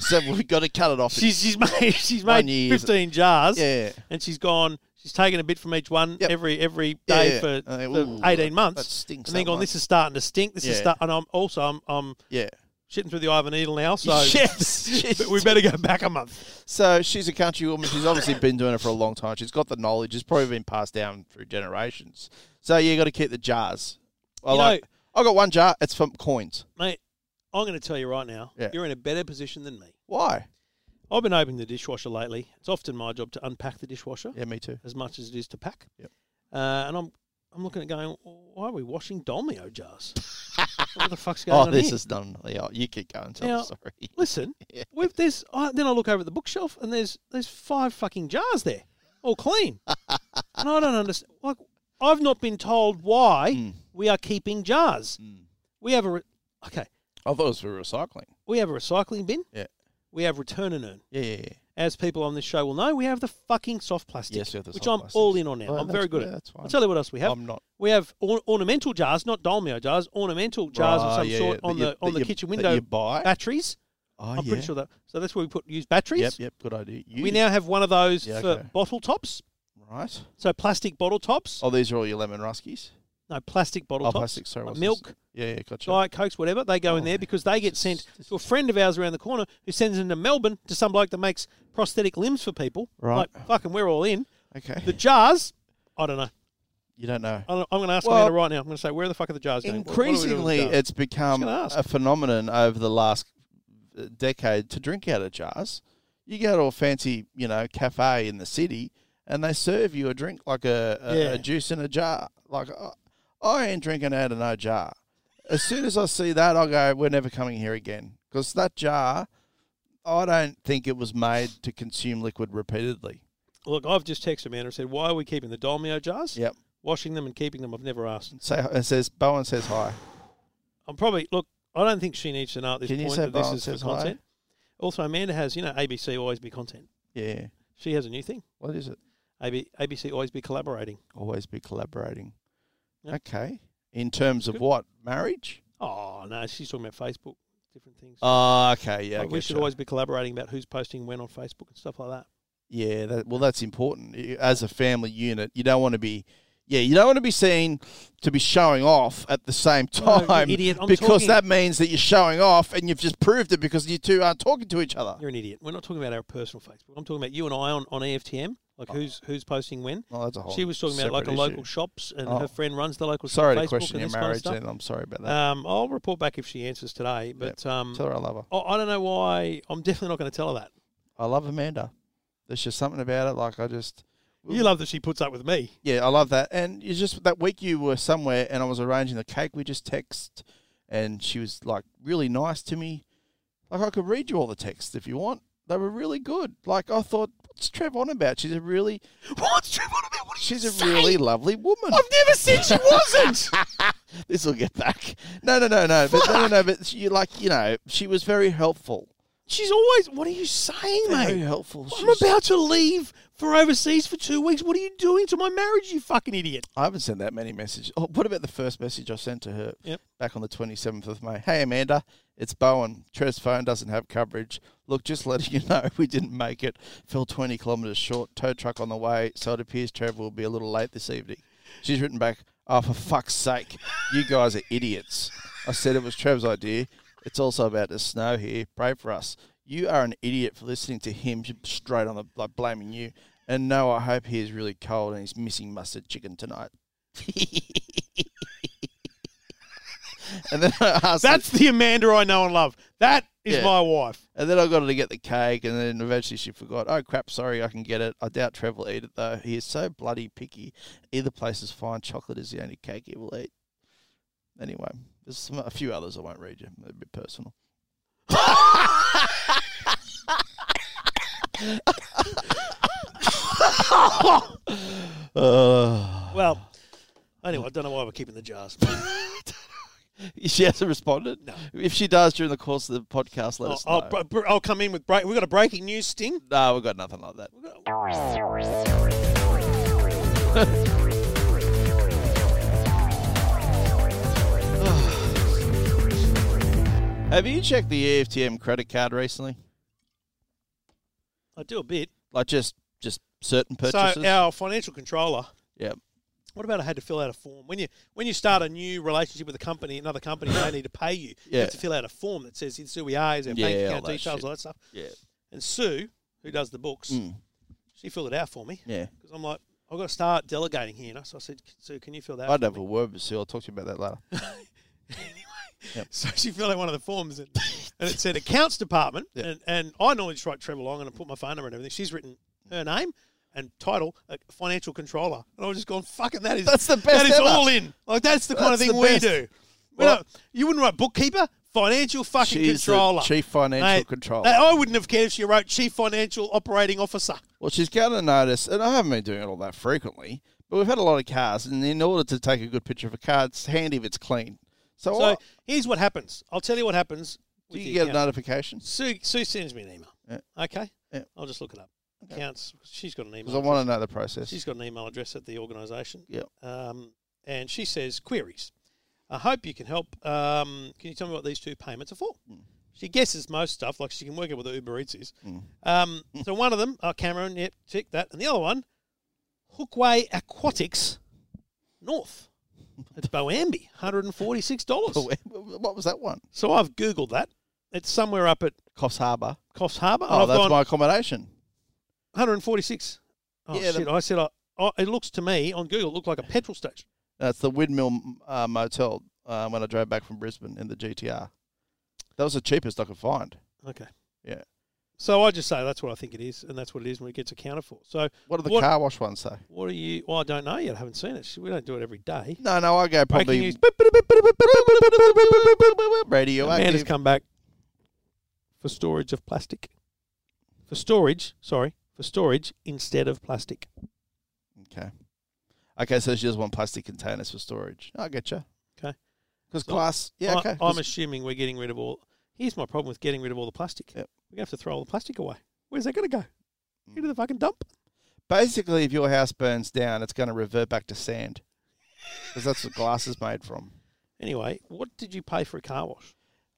Speaker 2: So we've got to cut it off.
Speaker 3: she's she's made she's
Speaker 2: One
Speaker 3: made
Speaker 2: year is-
Speaker 3: 15 jars,
Speaker 2: yeah.
Speaker 3: and she's gone. She's taken a bit from each one
Speaker 2: Yep.
Speaker 3: every every
Speaker 2: Yeah,
Speaker 3: day
Speaker 2: yeah.
Speaker 3: for,
Speaker 2: Uh,
Speaker 3: for
Speaker 2: ooh,
Speaker 3: 18
Speaker 2: that-
Speaker 3: months.
Speaker 2: that stinks
Speaker 3: And then
Speaker 2: that
Speaker 3: gone.
Speaker 2: much.
Speaker 3: This is starting to stink. This is
Speaker 2: Yeah.
Speaker 3: start, and I'm also I'm, I'm
Speaker 2: Yeah.
Speaker 3: shitting through the eye of an needle now. So
Speaker 2: Yes.
Speaker 3: but we better go back a month.
Speaker 2: So she's a country woman. She's obviously been doing it for a long time. She's got the knowledge. It's probably been passed down through generations. So yeah, you got to keep the jars. I
Speaker 3: You
Speaker 2: like. I got one jar. It's from coins.
Speaker 3: Mate, I'm going to tell you right now,
Speaker 2: Yeah.
Speaker 3: you're in a better position than me.
Speaker 2: Why?
Speaker 3: I've been opening the dishwasher lately. It's often my job to unpack the dishwasher
Speaker 2: Yeah, me too.
Speaker 3: as much as it is to pack.
Speaker 2: Yep.
Speaker 3: Uh, and I'm I'm looking at going, why are we washing Dolmio jars? what the fuck's going
Speaker 2: Oh,
Speaker 3: on
Speaker 2: this
Speaker 3: here?
Speaker 2: is done. Yeah, you keep going. Tell
Speaker 3: Now-
Speaker 2: the story.
Speaker 3: Listen, we've, there's I, then I look over at the bookshelf and there's there's five fucking jars there, all clean. and I don't understand. Like I've not been told why
Speaker 2: Mm.
Speaker 3: we are keeping jars. We have a re- okay.
Speaker 2: I thought it was for recycling.
Speaker 3: We have a recycling bin.
Speaker 2: Yeah.
Speaker 3: We have return and earn.
Speaker 2: Yeah, yeah, yeah.
Speaker 3: As people on this show will know, we have the fucking soft plastic,
Speaker 2: Yes, we have the
Speaker 3: which
Speaker 2: soft
Speaker 3: I'm
Speaker 2: plastics.
Speaker 3: all in on now.
Speaker 2: Oh,
Speaker 3: I'm
Speaker 2: that's-
Speaker 3: very good
Speaker 2: yeah,
Speaker 3: at.
Speaker 2: that's fine.
Speaker 3: I'll tell you what else we have.
Speaker 2: I'm not-
Speaker 3: We have or- ornamental jars, not dolmio jars, ornamental jars
Speaker 2: Right,
Speaker 3: of some
Speaker 2: yeah,
Speaker 3: sort
Speaker 2: yeah,
Speaker 3: on
Speaker 2: that
Speaker 3: the
Speaker 2: you-
Speaker 3: on the
Speaker 2: that you-
Speaker 3: kitchen
Speaker 2: that
Speaker 3: window
Speaker 2: you buy?
Speaker 3: batteries.
Speaker 2: Oh,
Speaker 3: I'm pretty
Speaker 2: yeah.
Speaker 3: sure that. So that's where we put use batteries.
Speaker 2: Yep, yep. Good idea. You,
Speaker 3: We now have one of those
Speaker 2: Yeah,
Speaker 3: for
Speaker 2: okay.
Speaker 3: bottle tops.
Speaker 2: right.
Speaker 3: So plastic bottle tops.
Speaker 2: Oh, these are all your lemon ruskies.
Speaker 3: No, plastic bottle
Speaker 2: Oh,
Speaker 3: tops.
Speaker 2: plastic. Sorry,
Speaker 3: like
Speaker 2: what's this?
Speaker 3: milk,
Speaker 2: Yeah, yeah. Gotcha.
Speaker 3: Diet Cokes, whatever. They go in
Speaker 2: Oh,
Speaker 3: there
Speaker 2: man.
Speaker 3: because they get
Speaker 2: This
Speaker 3: sent
Speaker 2: is- this
Speaker 3: to a friend of ours around the corner who sends them to Melbourne to some bloke that makes prosthetic limbs for people.
Speaker 2: Right.
Speaker 3: Like, fucking, we're all in.
Speaker 2: okay.
Speaker 3: The jars, I don't know.
Speaker 2: you don't know.
Speaker 3: I don't, I'm going to ask
Speaker 2: Well,
Speaker 3: Amanda right now. I'm going to say, where the fuck are the jars going? What- what are we doing with the
Speaker 2: Increasingly,
Speaker 3: jars?
Speaker 2: it's become
Speaker 3: Just gonna ask.
Speaker 2: a phenomenon over the last uh, decade to drink out of jars. You go to a fancy, you know, cafe in the city, and they serve you a drink like a, a,
Speaker 3: Yeah.
Speaker 2: a juice in a jar. Like I, I ain't drinking out of no jar. As soon as I see that, I go, "We're never coming here again," because that jar, I don't think it was made to consume liquid repeatedly.
Speaker 3: Look, I've just texted Amanda and said, why are we keeping the Dolmio jars?
Speaker 2: Yep.
Speaker 3: Washing them and keeping them. I've never asked.
Speaker 2: Say it says Bowen says hi.
Speaker 3: I'm probably look. I don't think she needs to know at this
Speaker 2: Can you
Speaker 3: point
Speaker 2: say
Speaker 3: that this
Speaker 2: Bowen
Speaker 3: is for
Speaker 2: says hi?
Speaker 3: content. Also, Amanda has you know ABC always be content.
Speaker 2: Yeah.
Speaker 3: She has a new thing.
Speaker 2: What is it?
Speaker 3: AB, ABC always be collaborating.
Speaker 2: always be collaborating.
Speaker 3: Yeah.
Speaker 2: Okay. In terms of what? Marriage?
Speaker 3: Oh no, she's talking about Facebook, different things.
Speaker 2: Oh, okay. Yeah. I
Speaker 3: Like, we should
Speaker 2: getcha.
Speaker 3: always be collaborating about who's posting when on Facebook and stuff like that.
Speaker 2: Yeah. That, well, that's important. I- As a family unit, you don't want to be. Yeah, you don't want to be seen to be showing off at the same
Speaker 3: No, you
Speaker 2: time
Speaker 3: idiot, I'm
Speaker 2: because
Speaker 3: talking-
Speaker 2: that means that you're showing off and you've just proved it because you two aren't talking to each other.
Speaker 3: You're an idiot. We're not talking about our personal Facebook. I'm talking about you and I on, E on EFTM. Like who's who's posting when.
Speaker 2: Oh, that's a whole
Speaker 3: she was talking about like a
Speaker 2: separate
Speaker 3: local
Speaker 2: issue.
Speaker 3: shops and
Speaker 2: Oh.
Speaker 3: her friend runs the local
Speaker 2: Sorry
Speaker 3: shop
Speaker 2: to
Speaker 3: Facebook
Speaker 2: question
Speaker 3: and
Speaker 2: your
Speaker 3: this kind of
Speaker 2: marriage,
Speaker 3: stuff.
Speaker 2: and I'm sorry about that.
Speaker 3: Um, I'll report back if she answers today, but um,
Speaker 2: tell her I love her.
Speaker 3: I, I don't know why. I'm definitely not going to tell her that.
Speaker 2: I love Amanda. There's just something about it. Like I just
Speaker 3: You love that she puts up with me.
Speaker 2: Yeah, I love that. And you just that week you were somewhere and I was arranging the cake. We just text, and she was like really nice to me. Like I could read you all the texts if you want. They were really good. Like I thought, what's Trev on about? She's a really
Speaker 3: What's Trevor about? What
Speaker 2: she's a really lovely woman.
Speaker 3: never said she wasn't.
Speaker 2: this will get back. No, no, no, no. But no, no, no. But you like you know she was very helpful.
Speaker 3: She's always. What are you saying,
Speaker 2: Very
Speaker 3: mate?
Speaker 2: helpful. She
Speaker 3: I'm
Speaker 2: was-
Speaker 3: about to leave for overseas for two weeks. What are you doing to my marriage, you fucking idiot?
Speaker 2: I haven't sent that many messages. Oh, what about the first message I sent to her
Speaker 3: Yep.
Speaker 2: back on the 27th of May? Hey, Amanda, it's Bowen. Trev's phone doesn't have coverage. Look, just letting you know, we didn't make it. Fell 20 kilometres short. Tow truck on the way. So it appears Trev will be a little late this evening. She's written back, oh, for fuck's sake, you guys are idiots. I said it was Trev's idea. It's also about to snow here. Pray for us. You are an idiot for listening to him straight on the, like, blaming you. And no, I hope he is really cold and he's missing mustard chicken tonight. And then I asked,
Speaker 3: That's the Amanda I know and love. That is
Speaker 2: Yeah.
Speaker 3: my wife.
Speaker 2: and then I got her to get the cake, and then eventually she forgot. Oh crap! Sorry, I can get it. I doubt Trev will eat it though. He is so bloody picky. Either place is fine. Chocolate is the only cake he will eat. Anyway, there's some, a few others I won't read you. They're a bit personal. Uh, Uh,
Speaker 3: Well, anyway, I don't know why we're keeping the jars.
Speaker 2: She hasn't responded. No. If she does during the course of the podcast, let us know.
Speaker 3: I'll, br- br- I'll come in with break. We've got a breaking news sting.
Speaker 2: no, we've got nothing like that. Have you checked the E EFTM credit card recently?
Speaker 3: I do a bit.
Speaker 2: Like just just certain purchases?
Speaker 3: So our financial controller.
Speaker 2: yeah.
Speaker 3: What about I had to fill out a form when you when you start a new relationship with a company, another company, they need to pay you. You
Speaker 2: Yeah.
Speaker 3: have to fill out a form that says it's who we are, is our
Speaker 2: Yeah,
Speaker 3: bank
Speaker 2: all
Speaker 3: account
Speaker 2: that
Speaker 3: details,
Speaker 2: shit.
Speaker 3: all that stuff.
Speaker 2: Yeah. Hmm.
Speaker 3: And Sue, who does the books, she filled it out for me
Speaker 2: Yeah.
Speaker 3: because I'm like, I've got to start delegating here. You know? So I said, Sue, can you fill that?
Speaker 2: I'd
Speaker 3: out
Speaker 2: have a word with Sue. I'll talk to you about that later.
Speaker 3: So she filled out one of the forms and, and it said accounts department. And, and I normally just write Trevor Long and I put my phone number and everything. She's written her name and title, uh, financial controller. And I was just going, fucking that is
Speaker 2: That's the best
Speaker 3: That is
Speaker 2: ever.
Speaker 3: all in. Like that's the kind
Speaker 2: That's
Speaker 3: of thing
Speaker 2: the
Speaker 3: we
Speaker 2: best.
Speaker 3: do. We
Speaker 2: Well-
Speaker 3: don't- you wouldn't write bookkeeper, financial fucking
Speaker 2: She's the
Speaker 3: controller.
Speaker 2: chief financial
Speaker 3: Mate,
Speaker 2: controller.
Speaker 3: that- I wouldn't have cared if she wrote chief financial operating officer.
Speaker 2: Well, she's going to notice, and I haven't been doing it all that frequently, but we've had a lot of cars, and in order to take a good picture of a car, it's handy if it's clean. So,
Speaker 3: So
Speaker 2: I-
Speaker 3: here's what happens. I'll tell you what happens.
Speaker 2: do
Speaker 3: with
Speaker 2: you
Speaker 3: the
Speaker 2: get
Speaker 3: account.
Speaker 2: a notification?
Speaker 3: Sue, Sue sends me an email. Okay?
Speaker 2: Yeah.
Speaker 3: I'll just look it up. Accounts. She's got an email.
Speaker 2: Because I
Speaker 3: address.
Speaker 2: want to know the process.
Speaker 3: She's got an email address at the organisation.
Speaker 2: Yep.
Speaker 3: Um, and she says, queries. I hope you can help. Um, can you tell me what these two payments are for?
Speaker 2: Hmm.
Speaker 3: She guesses most stuff, like she can work out what the Uber Eats is. Um,
Speaker 2: Hmm.
Speaker 3: so one of them, oh, Cameron, yep, check that. And the other one, Hookway Aquatics North. It's Boambi, $146.
Speaker 2: what was that one?
Speaker 3: So I've Googled that. It's somewhere up at
Speaker 2: Coffs Harbour.
Speaker 3: Coffs Harbour. and
Speaker 2: Oh,
Speaker 3: I've
Speaker 2: that's
Speaker 3: gone,
Speaker 2: my accommodation.
Speaker 3: 146. Oh,
Speaker 2: Yeah,
Speaker 3: shit.
Speaker 2: the-
Speaker 3: I said, I, I, it looks to me on Google, it looked like a petrol station.
Speaker 2: That's the Windmill uh, Motel uh, when I drove back from Brisbane in the GTR. That was the cheapest I could find.
Speaker 3: Okay.
Speaker 2: Yeah.
Speaker 3: So I just say that's what I think it is, and that's what it is when it gets accounted for. So
Speaker 2: What do the
Speaker 3: what,
Speaker 2: car wash ones say?
Speaker 3: What are you? Well, I don't know yet. I haven't seen it. We don't do it every day.
Speaker 2: No, no, I go
Speaker 3: Breaking
Speaker 2: probably
Speaker 3: news. Amanda's
Speaker 2: radioactive.
Speaker 3: come back for storage of plastic. For storage, sorry, for storage instead of plastic.
Speaker 2: Okay. Okay, so she just want plastic containers for storage. I get you.
Speaker 3: Okay.
Speaker 2: Because
Speaker 3: So
Speaker 2: glass. Yeah, okay.
Speaker 3: I, am
Speaker 2: 'Cause-
Speaker 3: assuming we're getting rid of all. Here's my problem with getting rid of all the plastic.
Speaker 2: Yep. Mm.
Speaker 3: We're gonna have to throw all the plastic away. Where's that gonna go? Into the fucking dump.
Speaker 2: basically, if your house burns down, it's going to revert back to sand. Because that's what glass is made from.
Speaker 3: Anyway, what did you pay for a car wash?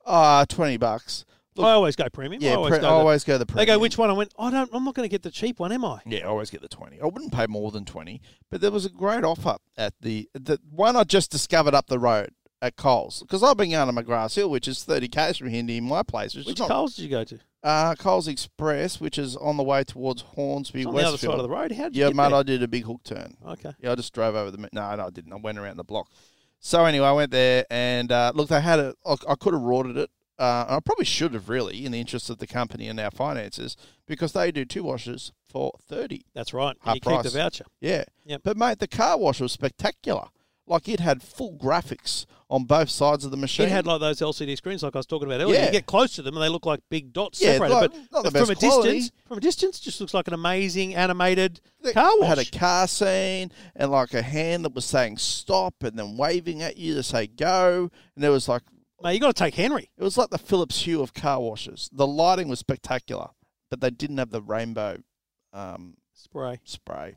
Speaker 2: Ah, 20 bucks. Look-
Speaker 3: I always go premium.
Speaker 2: Yeah,
Speaker 3: I always
Speaker 2: pre-
Speaker 3: go
Speaker 2: I
Speaker 3: the-
Speaker 2: always go the
Speaker 3: They go,
Speaker 2: premium.
Speaker 3: which one? I went, I don't, I'm not going to get the cheap one, am I?
Speaker 2: Yeah, I always get the 20. I wouldn't pay more than 20, but there was a great offer at the, the one I just discovered up the road at Coles. Because I've been going to McGrath Hill, which is 30 k's from here near my place. Which,
Speaker 3: Which
Speaker 2: is not,
Speaker 3: Coles did you go to? It's
Speaker 2: Uh, Coles Express, which is on the way towards Hornsby, Westfield.
Speaker 3: on the other side of the road. How did you
Speaker 2: Yeah,
Speaker 3: get
Speaker 2: mate,
Speaker 3: there?
Speaker 2: I did a big hook turn.
Speaker 3: Okay.
Speaker 2: Yeah, I just drove over the. ma- No, no, I didn't. I went around the block. So anyway, I went there and uh, look. They had a. I, I could have ordered it. Uh, and I probably should have really, in the interest of the company and our finances, because they do two washes for thirty.
Speaker 3: That's right.
Speaker 2: Half
Speaker 3: And you keep
Speaker 2: price.
Speaker 3: the voucher.
Speaker 2: Yeah.
Speaker 3: Yep.
Speaker 2: But mate, the car wash was spectacular. Like it had full graphics on both sides of the machine.
Speaker 3: It had like those LCD screens, like I was talking about earlier. You
Speaker 2: Yeah.
Speaker 3: get close to them, and they look like big dots
Speaker 2: Yeah,
Speaker 3: separated.
Speaker 2: like,
Speaker 3: but
Speaker 2: not the
Speaker 3: but from a
Speaker 2: best quality.
Speaker 3: distance, from a distance, it just looks like an amazing animated
Speaker 2: They
Speaker 3: car wash.
Speaker 2: Had a car scene and like a hand that was saying stop and then waving at you to say go. And there was like
Speaker 3: Mate, you got to take Henry.
Speaker 2: It was like the Philips Hue of car washes. The lighting was spectacular, but they didn't have the rainbow um,
Speaker 3: Spray.
Speaker 2: spray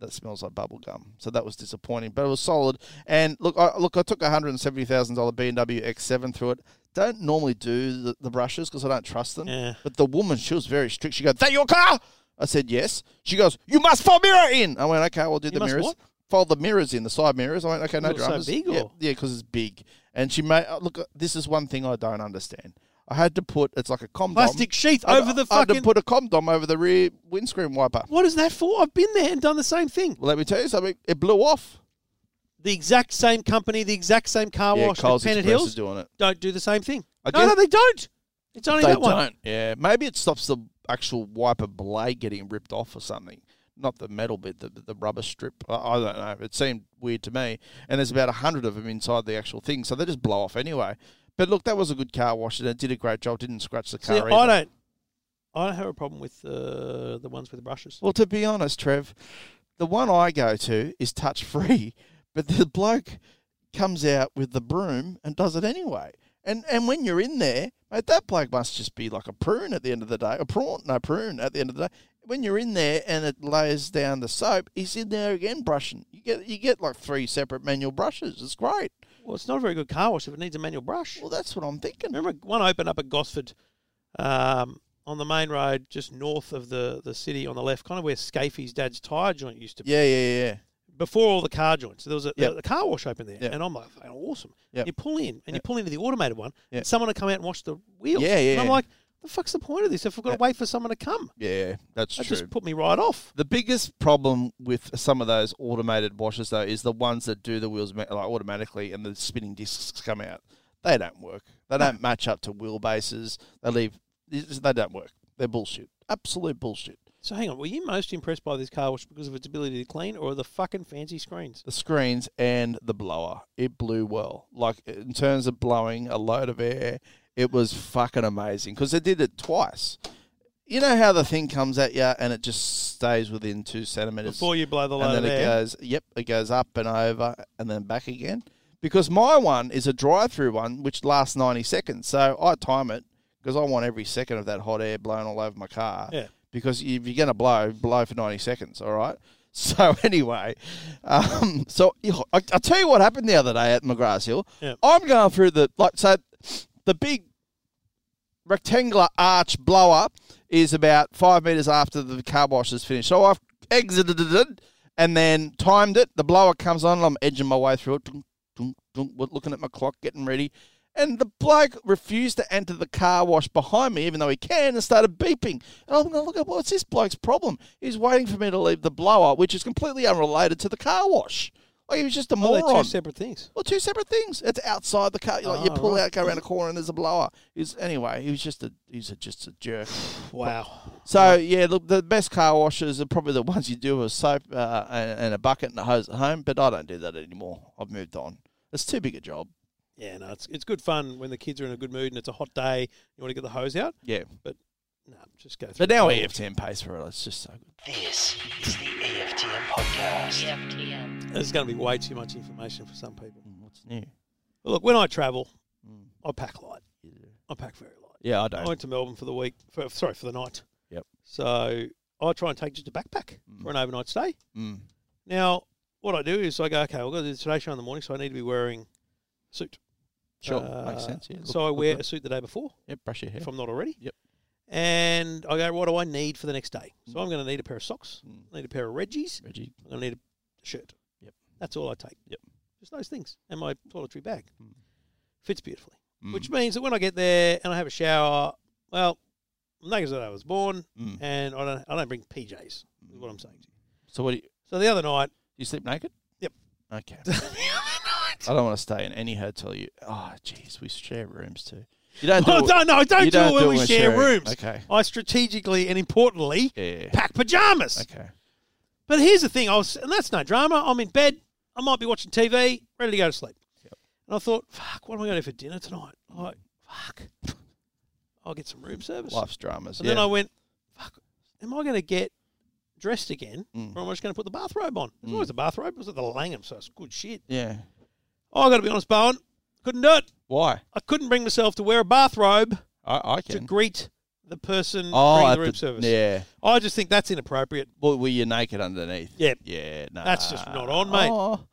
Speaker 2: that smells like bubble gum. So that was disappointing, but it was solid. And look, I, look, I took a hundred and seventy thousand dollar BMW X7 through it. Don't normally do the, the brushes because I don't trust them.
Speaker 3: Yeah.
Speaker 2: But the woman, she was very strict. She goes, "That your car?" I said, "Yes." She goes, "You must fold mirror in." I went, "Okay, we'll do the
Speaker 3: must
Speaker 2: mirrors."
Speaker 3: what?
Speaker 2: Fold the mirrors in, the side mirrors. I went, "Okay, no
Speaker 3: Because
Speaker 2: dramas."
Speaker 3: it's so big,
Speaker 2: yeah,
Speaker 3: or-
Speaker 2: yeah, because it's big. And she made uh, look. uh, This is one thing I don't understand. I had to put it's like a condom
Speaker 3: Plastic sheath
Speaker 2: I-
Speaker 3: over the
Speaker 2: I had to
Speaker 3: fucking-
Speaker 2: put a condom over the rear windscreen wiper.
Speaker 3: What is that for? I've been there and done the same thing.
Speaker 2: Well, let me tell you something. It blew off.
Speaker 3: The exact same company, the exact same car
Speaker 2: yeah,
Speaker 3: wash.
Speaker 2: Coles
Speaker 3: at Pennant
Speaker 2: Express
Speaker 3: Hills
Speaker 2: is doing it.
Speaker 3: don't do the same thing.
Speaker 2: I
Speaker 3: No,
Speaker 2: guess-
Speaker 3: no, they don't. It's only
Speaker 2: They
Speaker 3: that one.
Speaker 2: don't. Yeah, maybe it stops the actual wiper blade getting ripped off or something. Not the metal bit, the, the rubber strip. I, I don't know. It seemed weird to me. And there's about a hundred of them inside the actual thing, so they just blow off anyway. But look, that was a good car wash, and it did a great job. Didn't scratch the
Speaker 3: See,
Speaker 2: car.
Speaker 3: I
Speaker 2: either.
Speaker 3: don't. I don't have a problem with uh, the ones with the brushes.
Speaker 2: Well, to be honest, Trev, the one I go to is touch free, but the bloke comes out with the broom and does it anyway. And and when you're in there, mate, that bloke must just be like a prune at the end of the day, a prawn, no prune at the end of the day. When you're in there and it lays down the soap, he's in there again brushing. You get you get like three separate manual brushes. It's great.
Speaker 3: Well, it's not a very good car wash if it needs a manual brush.
Speaker 2: Well, that's what I'm thinking.
Speaker 3: Remember one opened up at Gosford um, on the main road just north of the, the city on the left, kind of where Scafie's dad's tyre joint used to be.
Speaker 2: Yeah, yeah, yeah.
Speaker 3: Before all the car joints, there was a,
Speaker 2: Yep.
Speaker 3: a car wash open there.
Speaker 2: Yep.
Speaker 3: And I'm like, "Fucking awesome.
Speaker 2: Yep.
Speaker 3: You pull in and you pull into the automated one,
Speaker 2: Yep.
Speaker 3: and someone will come out and wash the wheels.
Speaker 2: Yeah, yeah,
Speaker 3: And I'm
Speaker 2: yeah.
Speaker 3: like, the fuck's the point of this if I've got to wait for someone to come?
Speaker 2: Yeah, that's
Speaker 3: That
Speaker 2: true.
Speaker 3: just put me right off.
Speaker 2: The biggest problem with some of those automated washers, though, is the ones that do the wheels ma- like automatically and the spinning discs come out. They don't work. They don't match up to wheelbases. They leave. They don't work. They're bullshit. Absolute bullshit.
Speaker 3: So hang on, were you most impressed by this car wash because of its ability to clean or the fucking fancy screens?
Speaker 2: The screens and the blower. It blew well. Like in terms of blowing a load of air, it was fucking amazing because they did it twice. You know how the thing comes at you and it just stays within two centimeters.
Speaker 3: Before you blow the load
Speaker 2: and then
Speaker 3: of
Speaker 2: it
Speaker 3: air.
Speaker 2: goes yep it goes up and over and then back again because my one is a drive through one which lasts 90 seconds so i time it because i want every second of that hot air blown all over my car
Speaker 3: Yeah.
Speaker 2: because if you're going to blow blow for 90 seconds all right so anyway um, so I, I tell you what happened the other day at mcgrath hill
Speaker 3: Yeah.
Speaker 2: i'm going through the like so the big rectangular arch blower is about five meters after the car wash is finished. So I've exited it and then timed it. The blower comes on and I'm edging my way through it, dunk, dunk, dunk, wa- looking at my clock, getting ready. And the bloke refused to enter the car wash behind me, even though he can, and started beeping. And I'm going, to look at what's this bloke's problem? He's waiting for me to leave the blower, which is completely unrelated to the car wash. Like he was just a
Speaker 3: Oh, they're
Speaker 2: moron.
Speaker 3: two separate things.
Speaker 2: Well, two separate things. It's outside the car. Like you
Speaker 3: Oh,
Speaker 2: pull
Speaker 3: right.
Speaker 2: out, go around a corner, and there's a blower. He's anyway. He was just a he's a, just a jerk.
Speaker 3: Wow.
Speaker 2: So yeah, look, the best car washes are probably the ones you do with soap uh, and, and a bucket and a hose at home. But I don't do that anymore. I've moved on. It's too big a job.
Speaker 3: Yeah, no, it's it's good fun when the kids are in a good mood and it's a hot day. You want to get the hose out?
Speaker 2: Yeah.
Speaker 3: No, just go. through
Speaker 2: But now E
Speaker 3: the hose.
Speaker 2: EFTM pays for it. It's just so good.
Speaker 5: This is the EFTM podcast.
Speaker 4: EFTM.
Speaker 3: There's going to be way too much information for some people.
Speaker 2: Mm, What's new?
Speaker 3: But look, when I travel,
Speaker 2: Mm.
Speaker 3: I pack light.
Speaker 2: You do.
Speaker 3: I pack very light.
Speaker 2: Yeah, I
Speaker 3: I
Speaker 2: don't.
Speaker 3: went to Melbourne for the week. For, sorry, for the night.
Speaker 2: Yep.
Speaker 3: So I try and take just a backpack for an overnight stay.
Speaker 2: Mm.
Speaker 3: Now, what I do is I go, okay, I've got to do the Today Show in the morning, so I need to be wearing a suit.
Speaker 2: Sure,
Speaker 3: Uh,
Speaker 2: makes sense. Yeah.
Speaker 3: so
Speaker 2: Look-
Speaker 3: I
Speaker 2: look
Speaker 3: wear
Speaker 2: good.
Speaker 3: a suit the day before.
Speaker 2: Yeah, brush your hair.
Speaker 3: if I'm not already.
Speaker 2: Yep.
Speaker 3: And I go, what do I need for the next day? So I'm going to need a pair of socks.
Speaker 2: Mm.
Speaker 3: I need a pair of Reggie's.
Speaker 2: Reggie.
Speaker 3: I'm going to need a shirt.
Speaker 2: Yep.
Speaker 3: That's all I take.
Speaker 2: Yep.
Speaker 3: Just those things. And my toiletry bag.
Speaker 2: Mm.
Speaker 3: Fits beautifully.
Speaker 2: Mm.
Speaker 3: Which means that when I get there and I have a shower, well, I'm naked as the day I was born,
Speaker 2: Mm.
Speaker 3: and I don't, I don't bring PJs, is what I'm saying. to you.
Speaker 2: So what do you?
Speaker 3: So the other night,
Speaker 2: You sleep naked?
Speaker 3: Yep.
Speaker 2: Okay. I don't want to stay in any hotel. You. Oh, jeez, we share rooms too. You don't do.
Speaker 3: oh,
Speaker 2: it-
Speaker 3: don't, no, don't
Speaker 2: you
Speaker 3: do it when we share
Speaker 2: sharing.
Speaker 3: rooms.
Speaker 2: Okay.
Speaker 3: I strategically and importantly
Speaker 2: Yeah.
Speaker 3: pack pajamas.
Speaker 2: Okay.
Speaker 3: But here's the thing, I was, and that's no drama. I'm in bed. I might be watching TV, ready to go to sleep. And I thought, fuck, what am I going to do for dinner tonight? I'm like, fuck, I'll get some room service.
Speaker 2: Life's dramas.
Speaker 3: and
Speaker 2: yeah.
Speaker 3: then I went, fuck, am I going to get dressed again,
Speaker 2: Mm.
Speaker 3: or am I just going to put the bathrobe on? It was always the bathrobe. It was at the Langham, so it's good shit.
Speaker 2: yeah.
Speaker 3: Oh, I got to be honest, Bowen, couldn't do it.
Speaker 2: Why?
Speaker 3: I couldn't bring myself to wear a bathrobe
Speaker 2: I, I
Speaker 3: to
Speaker 2: can.
Speaker 3: greet the person
Speaker 2: Oh,
Speaker 3: bringing
Speaker 2: at
Speaker 3: the room
Speaker 2: the-
Speaker 3: service.
Speaker 2: Yeah.
Speaker 3: I just think that's inappropriate.
Speaker 2: Well, were you naked underneath?
Speaker 3: Yeah.
Speaker 2: Yeah. No.
Speaker 3: That's just not on, mate.
Speaker 2: Oh,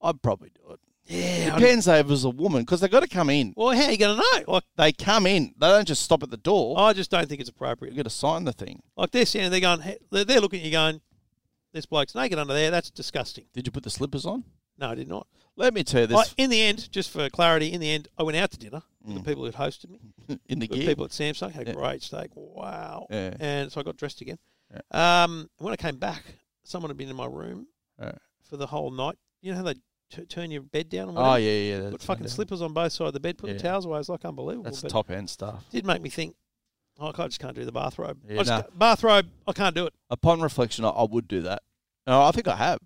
Speaker 2: I'd probably do it.
Speaker 3: Yeah. I-
Speaker 2: Depends though if it was a woman because they got to come in.
Speaker 3: Well, how are you going to know? Like,
Speaker 2: They come in. They don't just stop at the door.
Speaker 3: I just don't think it's
Speaker 2: You
Speaker 3: appropriate.
Speaker 2: got to sign the thing.
Speaker 3: Like they're standing there going, hey, they're, they're looking at you going, this bloke's naked under there. That's disgusting.
Speaker 2: Did you put the slippers on?
Speaker 3: No, I did not.
Speaker 2: Let me tell you
Speaker 3: I,
Speaker 2: this
Speaker 3: in the end, just for clarity, in the end, I went out to dinner with the people who'd hosted me,
Speaker 2: in the
Speaker 3: the
Speaker 2: gear.
Speaker 3: people at Samsung. Had a
Speaker 2: Mm. Yeah.
Speaker 3: great steak. Wow.
Speaker 2: Yeah.
Speaker 3: And so I got dressed again. Um, when I came back, someone had been in my room
Speaker 2: Yeah.
Speaker 3: for the whole night. You know how they t- turn your bed down and whatever?
Speaker 2: Oh yeah, yeah.
Speaker 3: Put
Speaker 2: that's-
Speaker 3: fucking slippers on both sides of the bed, put
Speaker 2: Yeah.
Speaker 3: the towels away. It's like unbelievable.
Speaker 2: That's
Speaker 3: but
Speaker 2: top end stuff.
Speaker 3: It did make me think, oh, I just can't do the bathrobe.
Speaker 2: Yeah,
Speaker 3: I just
Speaker 2: nah.
Speaker 3: ca- Bathrobe, I can't do it.
Speaker 2: Upon reflection, I, I would do that. No, I think I have.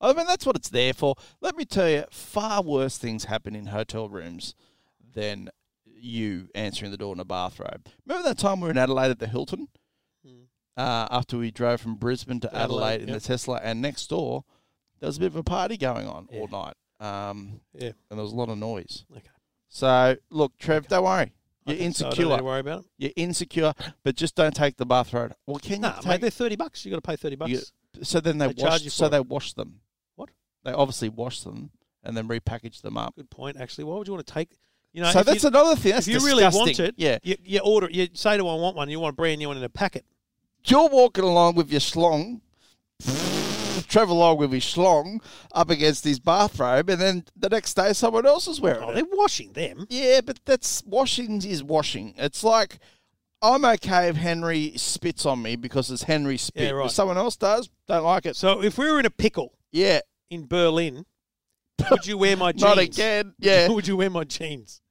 Speaker 2: I mean, that's what it's there for. Let me tell you, far worse things happen in hotel rooms than you answering the door in a bathrobe. Remember that time we were in Adelaide at the Hilton? Uh, after we drove from Brisbane to
Speaker 3: Hmm. Adelaide,
Speaker 2: Adelaide, in
Speaker 3: yep.
Speaker 2: the Tesla, and next door, there was a bit of a party going on all night. Um,
Speaker 3: Yeah.
Speaker 2: And there was a lot of noise.
Speaker 3: Okay.
Speaker 2: So look, Trev, don't worry.
Speaker 3: I
Speaker 2: You're
Speaker 3: think so. I don't
Speaker 2: insecure.
Speaker 3: need to worry about it.
Speaker 2: You're insecure, but just don't take the bath road. Well, can
Speaker 3: Nah,
Speaker 2: you
Speaker 3: mate,
Speaker 2: take?
Speaker 3: they're thirty bucks. You got to pay thirty bucks.
Speaker 2: You- so then they,
Speaker 3: they charge
Speaker 2: wash.
Speaker 3: you
Speaker 2: So
Speaker 3: for it.
Speaker 2: they wash them.
Speaker 3: What?
Speaker 2: They obviously wash them and then repackage them up.
Speaker 3: Good point. Actually, why would you want to take? You know,
Speaker 2: so
Speaker 3: if you-
Speaker 2: that's another thing.
Speaker 3: if
Speaker 2: That's
Speaker 3: you really want
Speaker 2: disgusting.
Speaker 3: it,
Speaker 2: yeah.
Speaker 3: you, you order. it. You say to, "I want one." You want a brand new one in a packet.
Speaker 2: You're walking along with your schlong. Trevor along with his schlong up against his bathrobe, and then the next day someone else is wearing
Speaker 3: Oh,
Speaker 2: it.
Speaker 3: they're washing them.
Speaker 2: Yeah, but that's washing is washing. It's like I'm okay if Henry spits on me because it's Henry spit.
Speaker 3: right.
Speaker 2: If someone else does, don't like it.
Speaker 3: So if we were in a pickle
Speaker 2: Yeah,
Speaker 3: in Berlin, would you wear my jeans?
Speaker 2: not again. Yeah.
Speaker 3: Would you wear my jeans?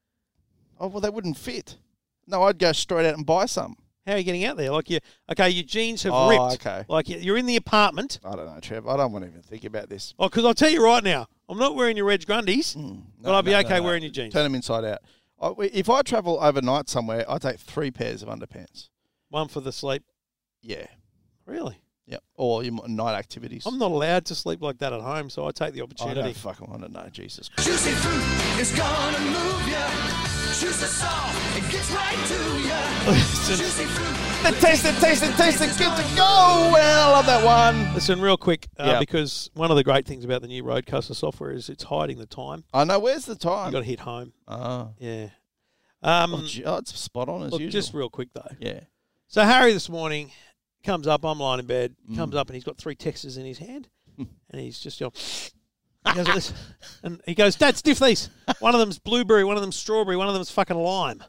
Speaker 2: oh well, they wouldn't fit. No, I'd go straight out and buy some.
Speaker 3: How are you getting out there? Like you, okay, your jeans have
Speaker 2: Oh,
Speaker 3: ripped.
Speaker 2: okay.
Speaker 3: Like you- you're in the apartment.
Speaker 2: I don't know, Trev. I don't want to even think about this.
Speaker 3: Oh, because I'll tell you right now, I'm not wearing your Reg Grundies, but
Speaker 2: Hmm. No,
Speaker 3: I'll be
Speaker 2: no, no,
Speaker 3: okay
Speaker 2: no.
Speaker 3: wearing your jeans.
Speaker 2: Turn them inside out. I, if I travel overnight somewhere, I take three pairs of underpants.
Speaker 3: One for the sleep.
Speaker 2: Yeah.
Speaker 3: Really?
Speaker 2: Yep. Or your night activities.
Speaker 3: I'm not allowed to sleep like that at home, so I take the
Speaker 2: I
Speaker 3: opportunity.
Speaker 2: don't fucking want to know, Jesus.
Speaker 6: Juicy fruit is gonna move ya. Choose the salt, it gets right to ya. Juicy fruit.
Speaker 2: It tasted, tasted, tasted good to go. Well, I love that one.
Speaker 3: Listen, real quick, uh,
Speaker 2: Yeah.
Speaker 3: because one of the great things about the new Roadcaster software is it's hiding the time.
Speaker 2: I know. Where's the
Speaker 3: You
Speaker 2: time?
Speaker 3: got to hit home.
Speaker 2: oh,
Speaker 3: Yeah. Um,
Speaker 2: oh, gee, oh, it's spot on as
Speaker 3: look,
Speaker 2: usual.
Speaker 3: just real quick though.
Speaker 2: yeah.
Speaker 3: So Harry this morning comes up. I'm lying in bed. Comes up and he's got three texts in his hand, and he's just you know, he goes like this, and he goes, "Dad, sniff these. One of them's blueberry, one of them's strawberry, one of them's fucking lime."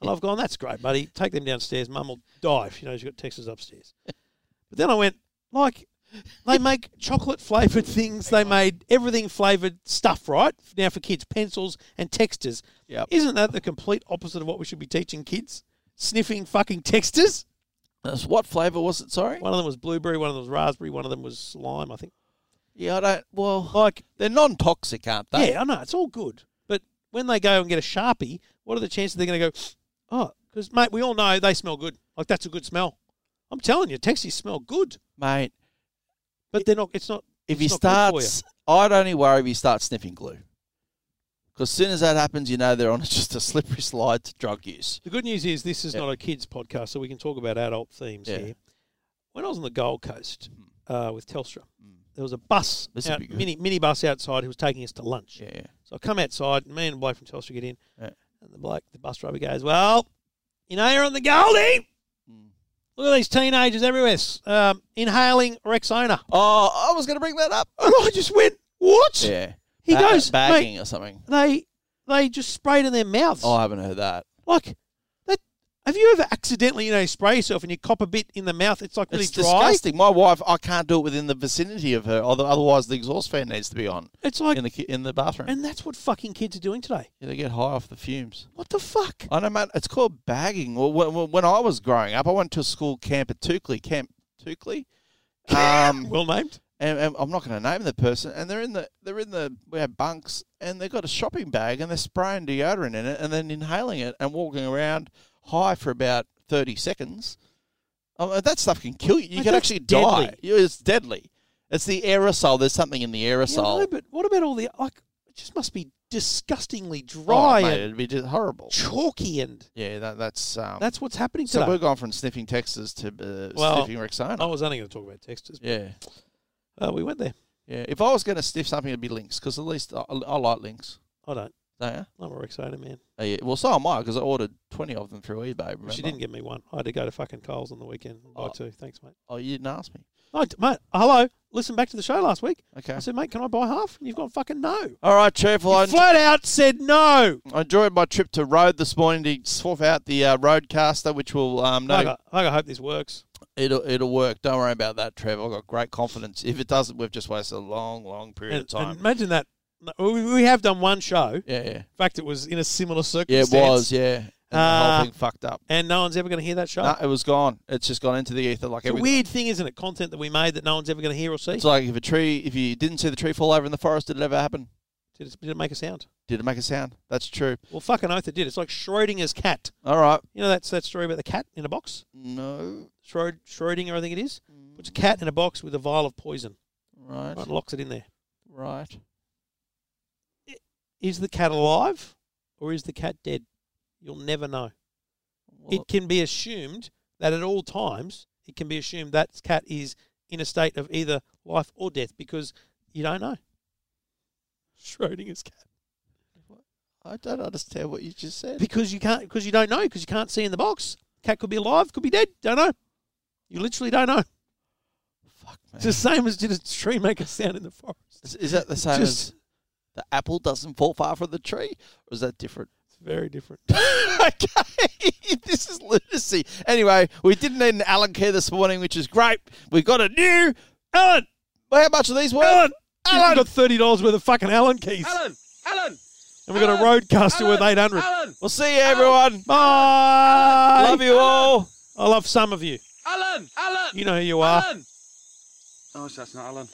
Speaker 3: And I've gone, "That's great, buddy. Take them downstairs. Mum will die if she knows you've got texts upstairs." But then I went, like, they make chocolate flavored things. They made everything flavored stuff, right? Now for kids, pencils and textures.
Speaker 2: Yep.
Speaker 3: Isn't that the complete opposite of what we should be teaching kids? Sniffing fucking textures.
Speaker 2: That's what flavour was it? Sorry.
Speaker 3: One of them was blueberry, one of them was raspberry, one of them was lime, I think.
Speaker 2: Yeah, I don't. Well,
Speaker 3: Like,
Speaker 2: they're non-toxic, aren't they?
Speaker 3: yeah, I know, it's all good. But when they go and get a Sharpie, what are the chances they're going to go, oh, because, mate, we all know they smell good. Like, that's a good smell. I'm telling you, Texas smell good,
Speaker 2: mate.
Speaker 3: but they're not, it's not.
Speaker 2: If he
Speaker 3: it's not good for you.
Speaker 2: starts, I'd only worry if he starts sniffing glue. Because soon as that happens, you know they're on just a slippery slide to drug use.
Speaker 3: The good news is this is
Speaker 2: Yeah.
Speaker 3: not a kids podcast, so we can talk about adult themes
Speaker 2: Yeah. Hmm.
Speaker 3: here. When I was on the Gold Coast uh, with Telstra, there was a bus,
Speaker 2: This'd
Speaker 3: out,
Speaker 2: be good.
Speaker 3: mini mini bus outside who was taking us to lunch.
Speaker 2: Yeah, yeah.
Speaker 3: So I come outside, and me and the bloke from Telstra get in,
Speaker 2: Yeah.
Speaker 3: and the bloke, the bus driver goes, "Well, you know, you're on the Goldie.
Speaker 2: Mm.
Speaker 3: Look at these teenagers everywhere s- um, inhaling Rexona."
Speaker 2: Oh, I was going to bring that up.
Speaker 3: And I just went, "What?"
Speaker 2: Yeah,
Speaker 3: He goes,
Speaker 2: bagging or something.
Speaker 3: They they just sprayed in their mouths.
Speaker 2: Oh, I haven't heard that.
Speaker 3: Like that. Have you ever accidentally, you know, spray yourself and you cop a bit in the mouth? It's like really
Speaker 2: it's
Speaker 3: dry.
Speaker 2: disgusting. My wife, I can't do it within the vicinity of her. other- Otherwise, the exhaust fan needs to be on
Speaker 3: It's like,
Speaker 2: in the ki- in the bathroom.
Speaker 3: and that's what fucking kids are doing today.
Speaker 2: Yeah, they get high off the fumes.
Speaker 3: What the fuck?
Speaker 2: I know, mate. It's called bagging. Well, when, when- when I was growing up, I went to a school camp at Tukley, Camp Tukley. Um,
Speaker 3: Well named.
Speaker 2: and, and I'm not going to name the person. And they're in the they're in the we have bunks, and they've got a shopping bag, and they're spraying deodorant in it, and then inhaling it, and walking around high for about thirty seconds. I mean, that stuff can kill you. You
Speaker 3: Mate,
Speaker 2: can
Speaker 3: Oh, that's
Speaker 2: actually die.
Speaker 3: deadly.
Speaker 2: You- It's deadly. It's the aerosol. There's something in the
Speaker 3: Yeah, I
Speaker 2: aerosol.
Speaker 3: know, but what about all the like? It just must be disgustingly dry
Speaker 2: Oh, mate,
Speaker 3: and
Speaker 2: it'd be just horrible.
Speaker 3: chalky, and
Speaker 2: Yeah, that, that's um,
Speaker 3: that's what's happening
Speaker 2: so.
Speaker 3: today.
Speaker 2: We're going from sniffing Texas to uh,
Speaker 3: Well, oh.
Speaker 2: sniffing Rexona.
Speaker 3: I was only going to talk about textures.
Speaker 2: Yeah,
Speaker 3: Uh, we went there.
Speaker 2: yeah. If I was going to sniff something, it'd be links because at least I, I like links.
Speaker 3: I don't.
Speaker 2: Don't you?
Speaker 3: I'm a Rexona man.
Speaker 2: Uh, yeah. Well, so am I because I ordered twenty of them through eBay. Remember?
Speaker 3: She didn't give me one. I had to go to fucking Coles on the weekend. and Buy
Speaker 2: Oh.
Speaker 3: two. Thanks, mate.
Speaker 2: Oh, you didn't ask me.
Speaker 3: I d mate, hello. Listen back to the show last week.
Speaker 2: Okay.
Speaker 3: I said, mate, can I buy half? And you've gone fucking no.
Speaker 2: All right, Trev. Well, I,
Speaker 3: You flat out said no.
Speaker 2: I enjoyed my trip to Road this morning to sort out the uh, Roadcaster, which will um, no,
Speaker 3: I, got- I got- hope this works.
Speaker 2: it'll it'll work. Don't worry about that, Trev. I've got great confidence. If it doesn't, we've just wasted a long, long period
Speaker 3: And,
Speaker 2: of time.
Speaker 3: and imagine that. No, We, we have done one show. In
Speaker 2: yeah, yeah,
Speaker 3: fact, it was in a similar
Speaker 2: yeah.
Speaker 3: circumstance.
Speaker 2: It was, yeah. And the
Speaker 3: Uh,
Speaker 2: whole thing fucked up.
Speaker 3: And no one's ever going to hear that show.
Speaker 2: No, it was gone. It's just gone into the ether like
Speaker 3: it's a
Speaker 2: every.
Speaker 3: weird thing, isn't it? Content that we made that no one's ever going to hear or see.
Speaker 2: It's like if a tree, if you didn't see the tree fall over in the forest, did it ever happen?
Speaker 3: did, it, did it make a sound?
Speaker 2: Did it make a sound? That's true.
Speaker 3: Well, fucking oath it did. It's like Schrodinger's cat.
Speaker 2: All right.
Speaker 3: You know that's that story about the cat in a box?
Speaker 2: No.
Speaker 3: Schrod- Schrodinger, I think it is. Puts a cat in a box with a vial of poison.
Speaker 2: Right.
Speaker 3: Right, and locks it in there.
Speaker 2: Right.
Speaker 3: is the cat alive or is the cat dead? You'll never know. It can be assumed that at all times, it can be assumed that cat is in a state of either life or death because you don't know. Schrodinger's cat.
Speaker 2: I don't understand what you just said.
Speaker 3: Because you can't, because you don't know, because you can't see in the box. Cat could be alive, could be dead. Don't know. You literally don't know.
Speaker 2: Fuck,
Speaker 3: It's the same as did a tree make a sound in the forest.
Speaker 2: Is, is that the same
Speaker 3: Just-
Speaker 2: as the apple doesn't fall far from the tree, or is that different?
Speaker 3: It's very different.
Speaker 2: okay, this is lunacy. Anyway, we didn't need an Alan Care this morning, which is great. We got a new Alan. Well, how much are these worth?
Speaker 3: Alan, Alan, got thirty dollars worth of fucking Alan keys. Alan, Alan, and we got a roadcaster with eight hundred.
Speaker 2: We'll see you, everyone.
Speaker 3: Bye.
Speaker 2: Love you all.
Speaker 3: I love some of you. Alan, Alan. You know who you are.
Speaker 7: Oh, so that's not Alan.